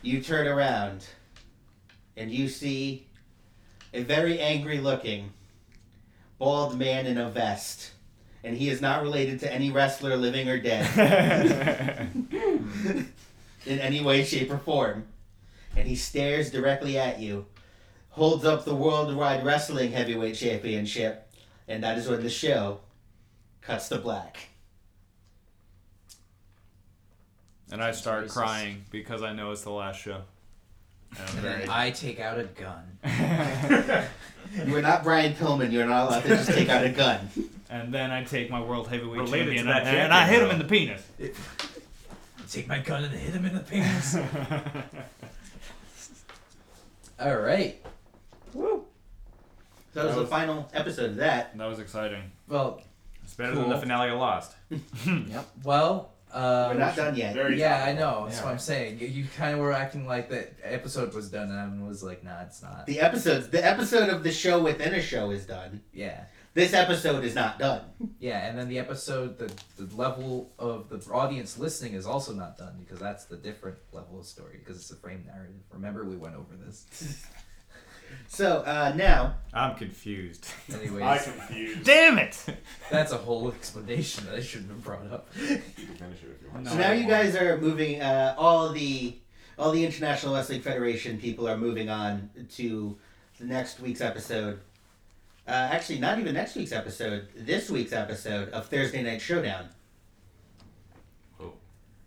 you turn around and you see a very angry looking, bald man in a vest. And he is not related to any wrestler, living or dead, in any way, shape, or form. And he stares directly at you, holds up the Worldwide Wrestling Heavyweight Championship, and that is when the show cuts to black. And I start crying because I know it's the last show. [LAUGHS] [LAUGHS] And then I take out a gun. You are not Brian Pillman. You're not allowed to just take out a gun. And then I take my world heavyweight Related to champion, that [LAUGHS] and, and I hit him champion, in the penis. take my gun and hit him in [LAUGHS] the penis. All right. Woo. So that was the final episode of that. That was exciting. Well, it's better than the cool. finale of Lost. yep. Well, um, We're not done yet. Very yeah, I topical. know. That's Yeah. what I'm saying. You, you kind of were acting like that episode was done, and I was like, nah, it's not. The episodes, the episode of the show within a show is done. Yeah. This episode is not done. Yeah, and then the episode, the, the level of the audience listening is also not done because that's the different level of story because it's a frame narrative. Remember, we went over [LAUGHS] this. So uh, now, I'm [LAUGHS] confused. Anyways, I'm confused. Damn it! That's a whole explanation that I shouldn't have brought up. You can finish it if you so now you guys are moving. Uh, all the all the International Wrestling Federation people are moving on to the next week's episode. Uh, actually, not even next week's episode. This week's episode of Thursday Night Showdown.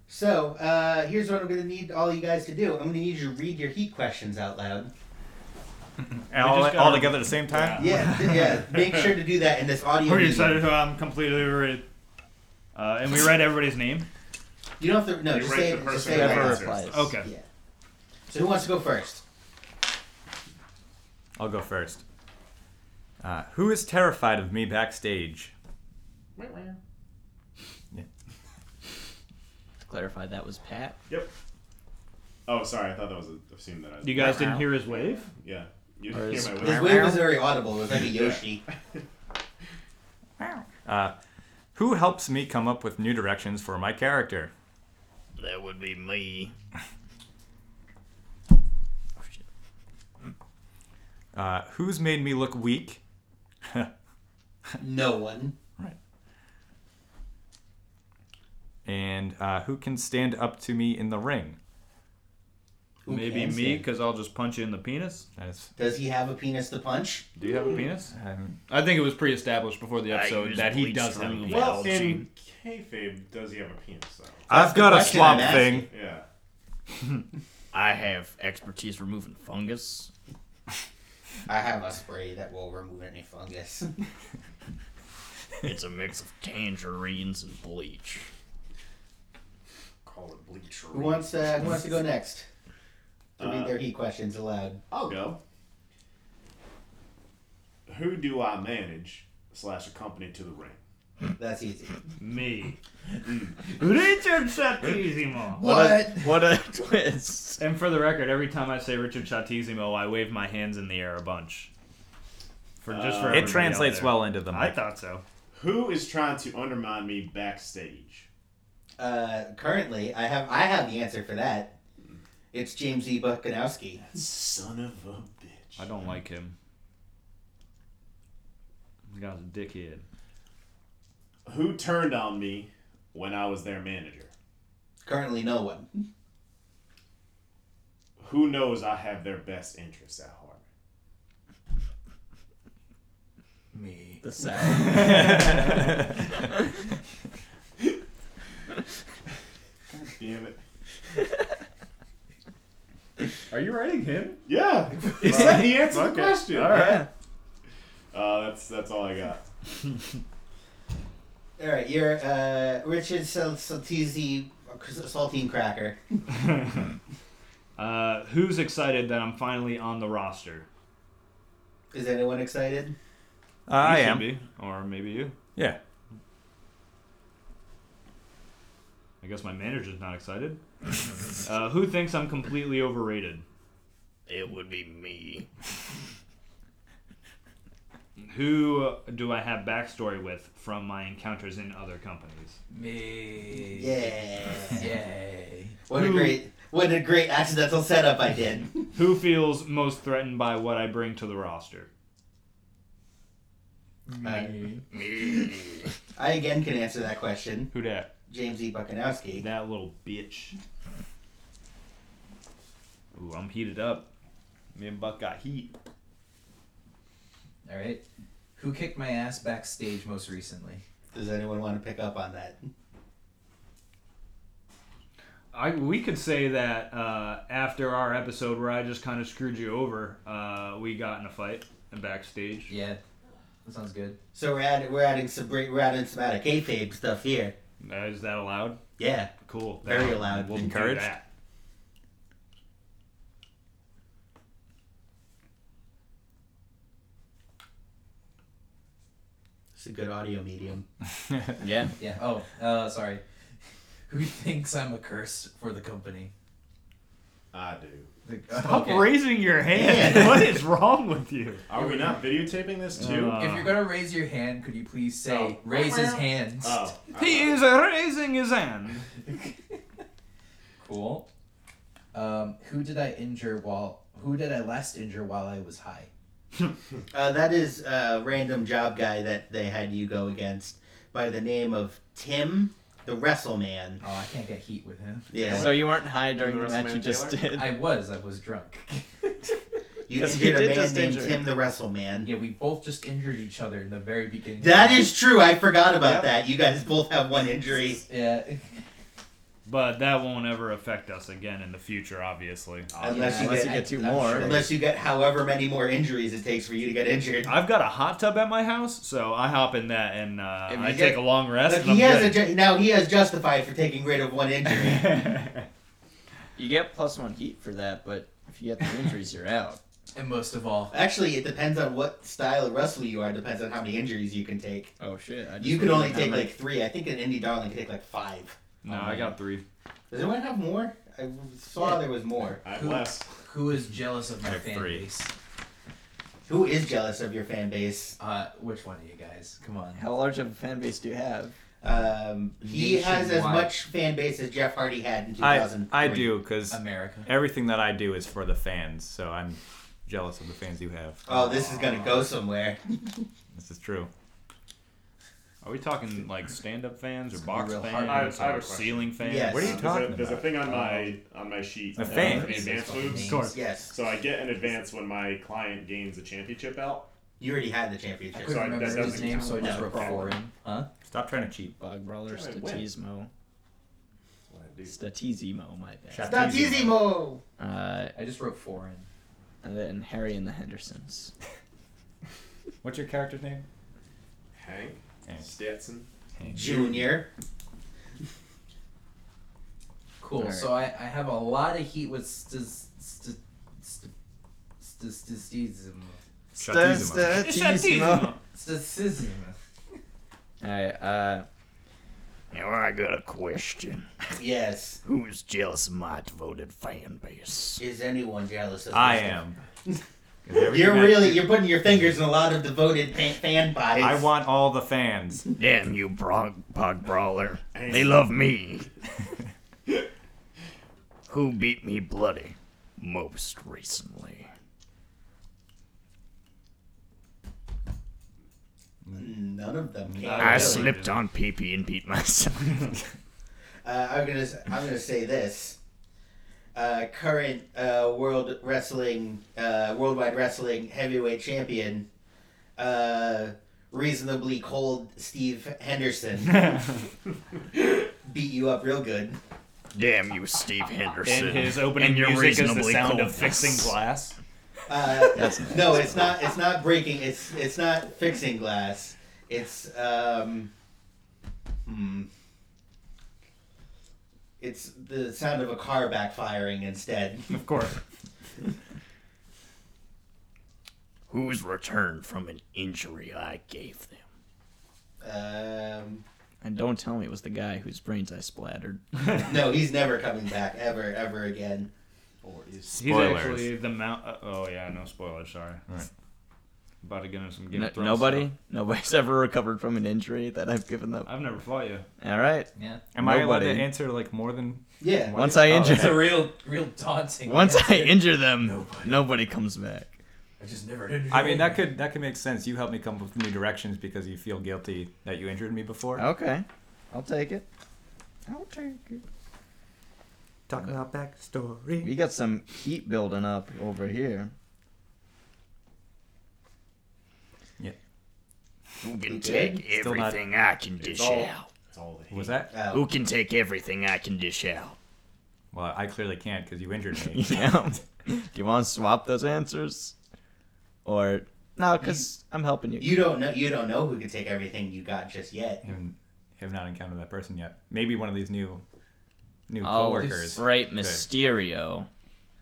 So uh, here's what I'm going to need all you guys to do. I'm going to need you to read your heat questions out loud. And all, all together at the same [LAUGHS] time? Yeah, th- yeah. Make sure to do that in this audio. [LAUGHS] Are you medium. excited? I'm completely ready. Uh, and we read everybody's name. You don't have to. No, just say it. Just say it Whoever out replies. loud. Okay. Yeah. So who wants to go first? I'll go first. Uh, who is terrified of me backstage? Clarify that was Pat. Yep. Oh, sorry. I thought that was a, I've seen that. I- You guys didn't hear his wave? Yeah. You didn't Or hear is- my wave. His wave was very audible. It was like [LAUGHS] a Yoshi. Uh, who helps me come up with new directions for my character? That would be me. Uh, who's made me look weak? no one. Right. And uh, who can stand up to me in the ring? Maybe can me, stand- because I'll just punch you in the penis. That's... Does he have a penis to punch? Do you have a penis? Um, I think it was pre-established before the I episode use that he bleach does from have a the penis. Well, in kayfabe, does he have a penis? Though? I've got a swamp thing. Yeah. I have expertise removing fungus. I have a spray that will remove any fungus. It's a mix of tangerines and bleach. Call it bleach. who wants uh, Who wants to go next? To read Uh, their heat questions aloud. I'll go. Who do I manage slash accompany to the ring? That's easy. [LAUGHS] Me. Richard Shatizimo. What a, what a twist. And for the record, every time I say Richard Chatizimo, I wave my hands in the air a bunch. For just for It everybody out translates there. well into the I mic. thought so. Who is trying to undermine me backstage? Uh, currently, I have I have the answer for that. It's James E. Buckanowski. Son of a bitch. I don't like him. The guy's a dickhead. Who turned on me when I was their manager? Currently, no one. Who knows I have their best interests at heart? Me. The sound. Damn it. [LAUGHS] Are you writing him? [LAUGHS] Yeah. He Fuck. said he answered the Fuck it. question. All right. Uh, that's that's all I got. All right, you're uh, Richard Sal- Saltese Saltine Cracker. Uh, who's excited that I'm finally on the roster? Is anyone excited? Uh, I You should am. Be, or maybe you. Yeah. I guess my manager's not excited. uh, who thinks I'm completely overrated? It would be me. Who do I have backstory with from my encounters in other companies? Me. Yeah. [LAUGHS] Yay. What a Who- great what a great accidental setup I did. Who feels most threatened by what I bring to the roster? Me. I again can answer that question. Who dat? James E. Buckanowski. That little bitch. Ooh, I'm heated up. Me and Buck got heat. All right. Who kicked my ass backstage most recently? Does anyone want to pick up on that? I, we could say that uh, after our episode where I just kind of screwed you over, uh, we got in a fight backstage. Yeah, that sounds good. So we're adding we're adding some bra- we're adding some out of kayfabe stuff here. Uh, is that allowed? Yeah. Cool. Very That- allowed. We'll encourage that. It's a good audio medium. yeah. Yeah. Oh, uh, sorry. [LAUGHS] Who thinks I'm a curse for the company? I do. Stop raising your hand. [LAUGHS] What is wrong with you? Are we not videotaping this too? if Uh, you're gonna raise your hand, could you please say raise his hands? Oh. He is raising his hand. Cool. Um, who did I injure while? Who did I last injure while I was high? Uh, that is a random job guy that they had you go against by the name of Tim the Wrestle Man. Oh, I can't get heat with him. Yeah. So you weren't high during the match you just did. I was. I was [LAUGHS] drunk. You 'Cause injured he a did man just named injure Tim him. the Wrestle Man. Yeah, we both just injured each other in the very beginning. That is true. I forgot about that. You guys both have one injury. Yeah. But that won't ever affect us again in the future, obviously. Unless you get, Unless you get however many more injuries it takes for you to get injured. I've got a hot tub at my house, so I hop in that and uh, If you I get- take a long rest. Look, and I'm he has [LAUGHS] good. a ju- now he has justified for taking greater of one injury. [LAUGHS] You get plus one heat for that, but if you get the injuries, you're out. And most of all, Actually, it depends on what style of wrestler you are. Depends on how many injuries you can take. Oh shit! I just You can only wondered how take many- like three. I think an indie darling can take like five. No, I got three. Does anyone have more? I saw there was more. Who, who is jealous of my fan base? Who is jealous of your fan base? Uh, which one of you guys? Come on. How large of a fan base do you have? Um, he has as Nationwide. much fan base as Jeff Hardy had in I, 2000. I do because America. everything that I do is for the fans, so I'm jealous of the fans you have. Oh, this is gonna go somewhere. This is true. Are we talking like stand-up fans or It's gonna be box real fans hard. I- I have a or question. ceiling fans? Yes. What are you Uh, There's a- talking There's a about? thing on my on my sheet. A uh, fan. for the advance Fucking moves. names. Of course. Yes. So I get an advance when my client gains a championship belt. You already had the championship. I couldn't remember his name, so I just wrote for him. Huh? Stop trying to cheat. Bug Brawler Trying to win. Statismo. Statismo, my bad. Statissimo! Uh, I just wrote foreign. and then Harry and the Hendersons. What's your character's name? Hank Stetson Junior. Cool. Alright. So I, I have a lot of heat with stis- stis- stis- stis- stisism. Statismo. Statismo. Stisism. Alright, uh, Now I got a question. Yes. Who's jealous of my devoted fan base? Is anyone jealous of I this? am. uh, [LAUGHS] You're really you're putting your fingers in a lot of devoted fan, fan buys. I want all the fans. Damn you, Brog Bog Brawler. They love me. [LAUGHS] Who beat me bloody most recently? None of them. Came I really. slipped on PP and beat myself. [LAUGHS] Uh, I'm gonna I'm gonna say this. Uh, current uh, world wrestling uh, worldwide wrestling heavyweight champion, uh, reasonably cold Steve [LAUGHS] Henderson, beat you up real good. Damn you, Steve Henderson. And his opening and your music is the reasonably sound of coldness. fixing glass. Uh, no, it's not. It's not breaking. It's it's not fixing glass. It's um. Hmm. It's the sound of a car backfiring instead. [LAUGHS] Of course. Who's returned from an injury I gave them? Um. and don't tell me it was the guy whose brains I splattered. No, he's never coming back ever, ever again. He's actually the mount. Uh, oh yeah, no spoilers. Sorry. About to get into some Game No, of Thrones. nobody, stuff. nobody's [LAUGHS] ever recovered from an injury that I've given them. I've never fought you. All right. Yeah. Am I allowed to nobody. answer like more than? Yeah. Once I injure, It's a real, real [LAUGHS] daunting. once I answer. injure them, nobody, comes back. I just never injured. I mean, that could that could make sense. You helped me come up with new directions because you feel guilty that you injured me before. Oh. Okay, I'll take it. I'll take it. Uh, Talk about backstory. We got some heat building up over [LAUGHS] here. Who can Who take did? Still not- everything I can It's dish all- out? Was that? Oh. Who can take everything I can dish out? Well, I clearly can't because you injured me. [LAUGHS] yeah. Do you want to swap those answers, or no? Because I'm helping you. You don't know. You don't know who could take everything you got just yet. And have not encountered that person yet. Maybe one of these new, new Oh, coworkers. right, could. Mysterio.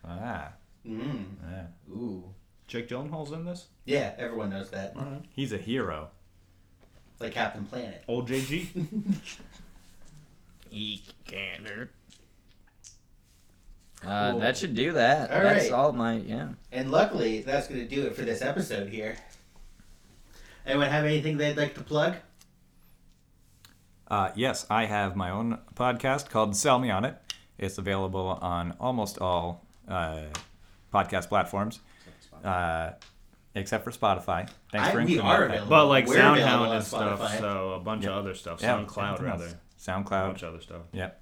Ah. Mm. Yeah. Ooh. Jake Gyllenhaal's in this? Yeah, everyone knows that. Mm-hmm. He's a hero. Like Captain Planet. Old JG. Eek, gander. Uh, that should do that. All That's right. all my yeah. And luckily, that's going to do it for this episode here. Anyone have anything they'd like to plug? Uh, yes, I have my own podcast called Sell Me On It. It's available on almost all uh, podcast platforms, uh, except for Spotify. Thanks I- for we including are that. available. But like We're available SoundHound on and stuff, Spotify. so a bunch Yeah. of other stuff. Yeah, SoundCloud everything else. rather. SoundCloud. A bunch of other stuff. Yep.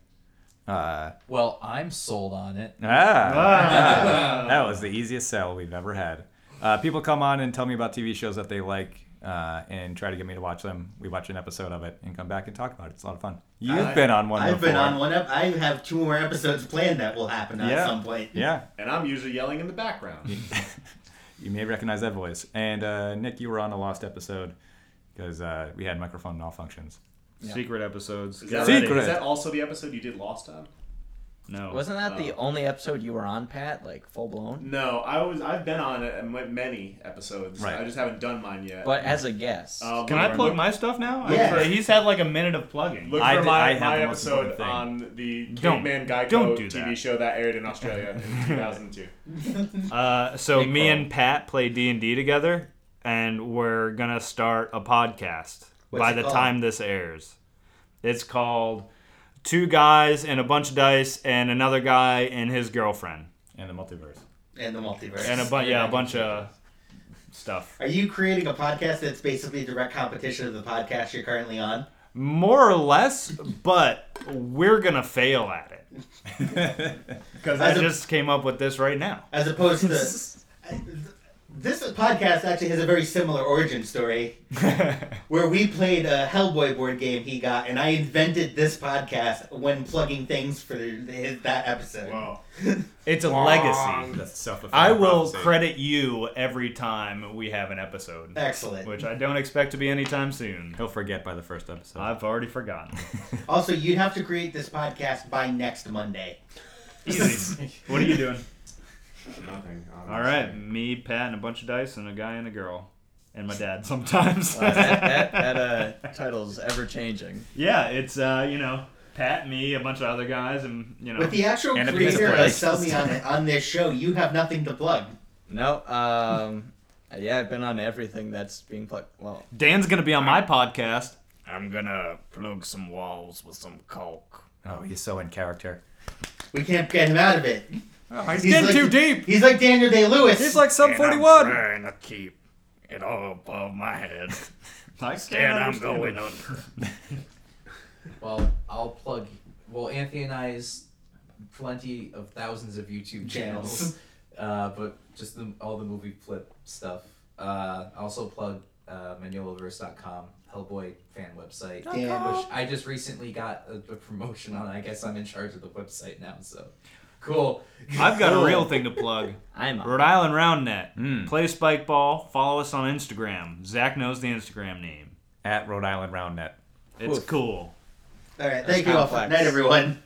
Uh, Well, I'm sold on it. Ah. Ah, that was the easiest sell we've ever had. Uh, people come on and tell me about TV shows that they like uh, and try to get me to watch them. We watch an episode of it and come back and talk about it. It's a lot of fun. You've I- been on one. I've before. been on one. Ep- I have two more episodes planned that will happen at Yeah. some point. Yeah. [LAUGHS] And I'm usually yelling in the background. You may recognize that voice. And uh, Nick, you were on a lost episode because uh, we had microphone malfunctions. Secret episodes. Is that, Secret. is that also the episode you did last time? No. Wasn't that the Oh. only episode you were on, Pat? Like full blown. No, I was. I've been on it, m- many episodes. Right. I just haven't done mine yet. But as a guest. Uh, Can look- I plug look- my stuff now? Yeah. I- He's had like a minute of plugging. Look for my, my episode on the Don't- Caveman Geico don't do TV that. show that aired in Australia [LAUGHS] in 2002. Uh, so me and Pat play D and D together, and we're gonna start a podcast What's by it the called? time this airs. It's called Two Guys and a Bunch of Dice and Another Guy and His Girlfriend and the Multiverse And the multiverse. and a bunch yeah a bunch of stuff. Are you creating a podcast that's basically a direct competition of the podcast you're currently on? More or less, but we're gonna fail at it because I As a- just came up with this right now. As opposed to. this podcast actually has a very similar origin story where we played a Hellboy board game he got, and I invented this podcast when plugging things for his, that episode. Wow. It's a Wow. [LAUGHS] [LAUGHS] legacy. That's self-fulfilling I will prophecy. credit you every time we have an episode. [LAUGHS] Excellent. Which I don't expect to be anytime soon. He'll forget by the first episode. I've already forgotten. Also, you'd have to create this podcast by next Monday. Easy. what are you doing? Nothing. All right, me, Pat, and a bunch of dice, and a guy and a girl, and my dad [LAUGHS] sometimes. Wow, [LAUGHS] that- that- that, uh, title's ever-changing. [LAUGHS] Yeah, it's uh, you know Pat, me, a bunch of other guys, and you know. With the actual creator of Sell Me on, it, on this show, you have nothing to plug. No. Um. [LAUGHS] yeah, I've been on everything that's being plugged. Well, Dan's gonna be on my podcast. I'm gonna plug some walls with some caulk. Oh, he's so in character. We can't get him out of it. he's getting like, too deep. He's like Daniel Day Lewis. He's like sub And I'm 41. trying to keep it all above my head. I and I'm going under. Well, I'll plug. Well, Anthony and I's plenty of thousands of YouTube channels, [LAUGHS] uh, but just the, all the movie flip stuff. Uh, I also plug uh, manualverse.com, Hellboy fan website, Damn. which I just recently got a, a promotion on. I guess I'm in charge of the website now, so cool. I've got a real thing to plug. I'm Rhode Island Round Net. Play spike ball. Follow us on Instagram. Zach knows the Instagram name. At Rhode Island Round Net. It's Oof. cool. All right. That's Thank you all. for- complex. Night, everyone.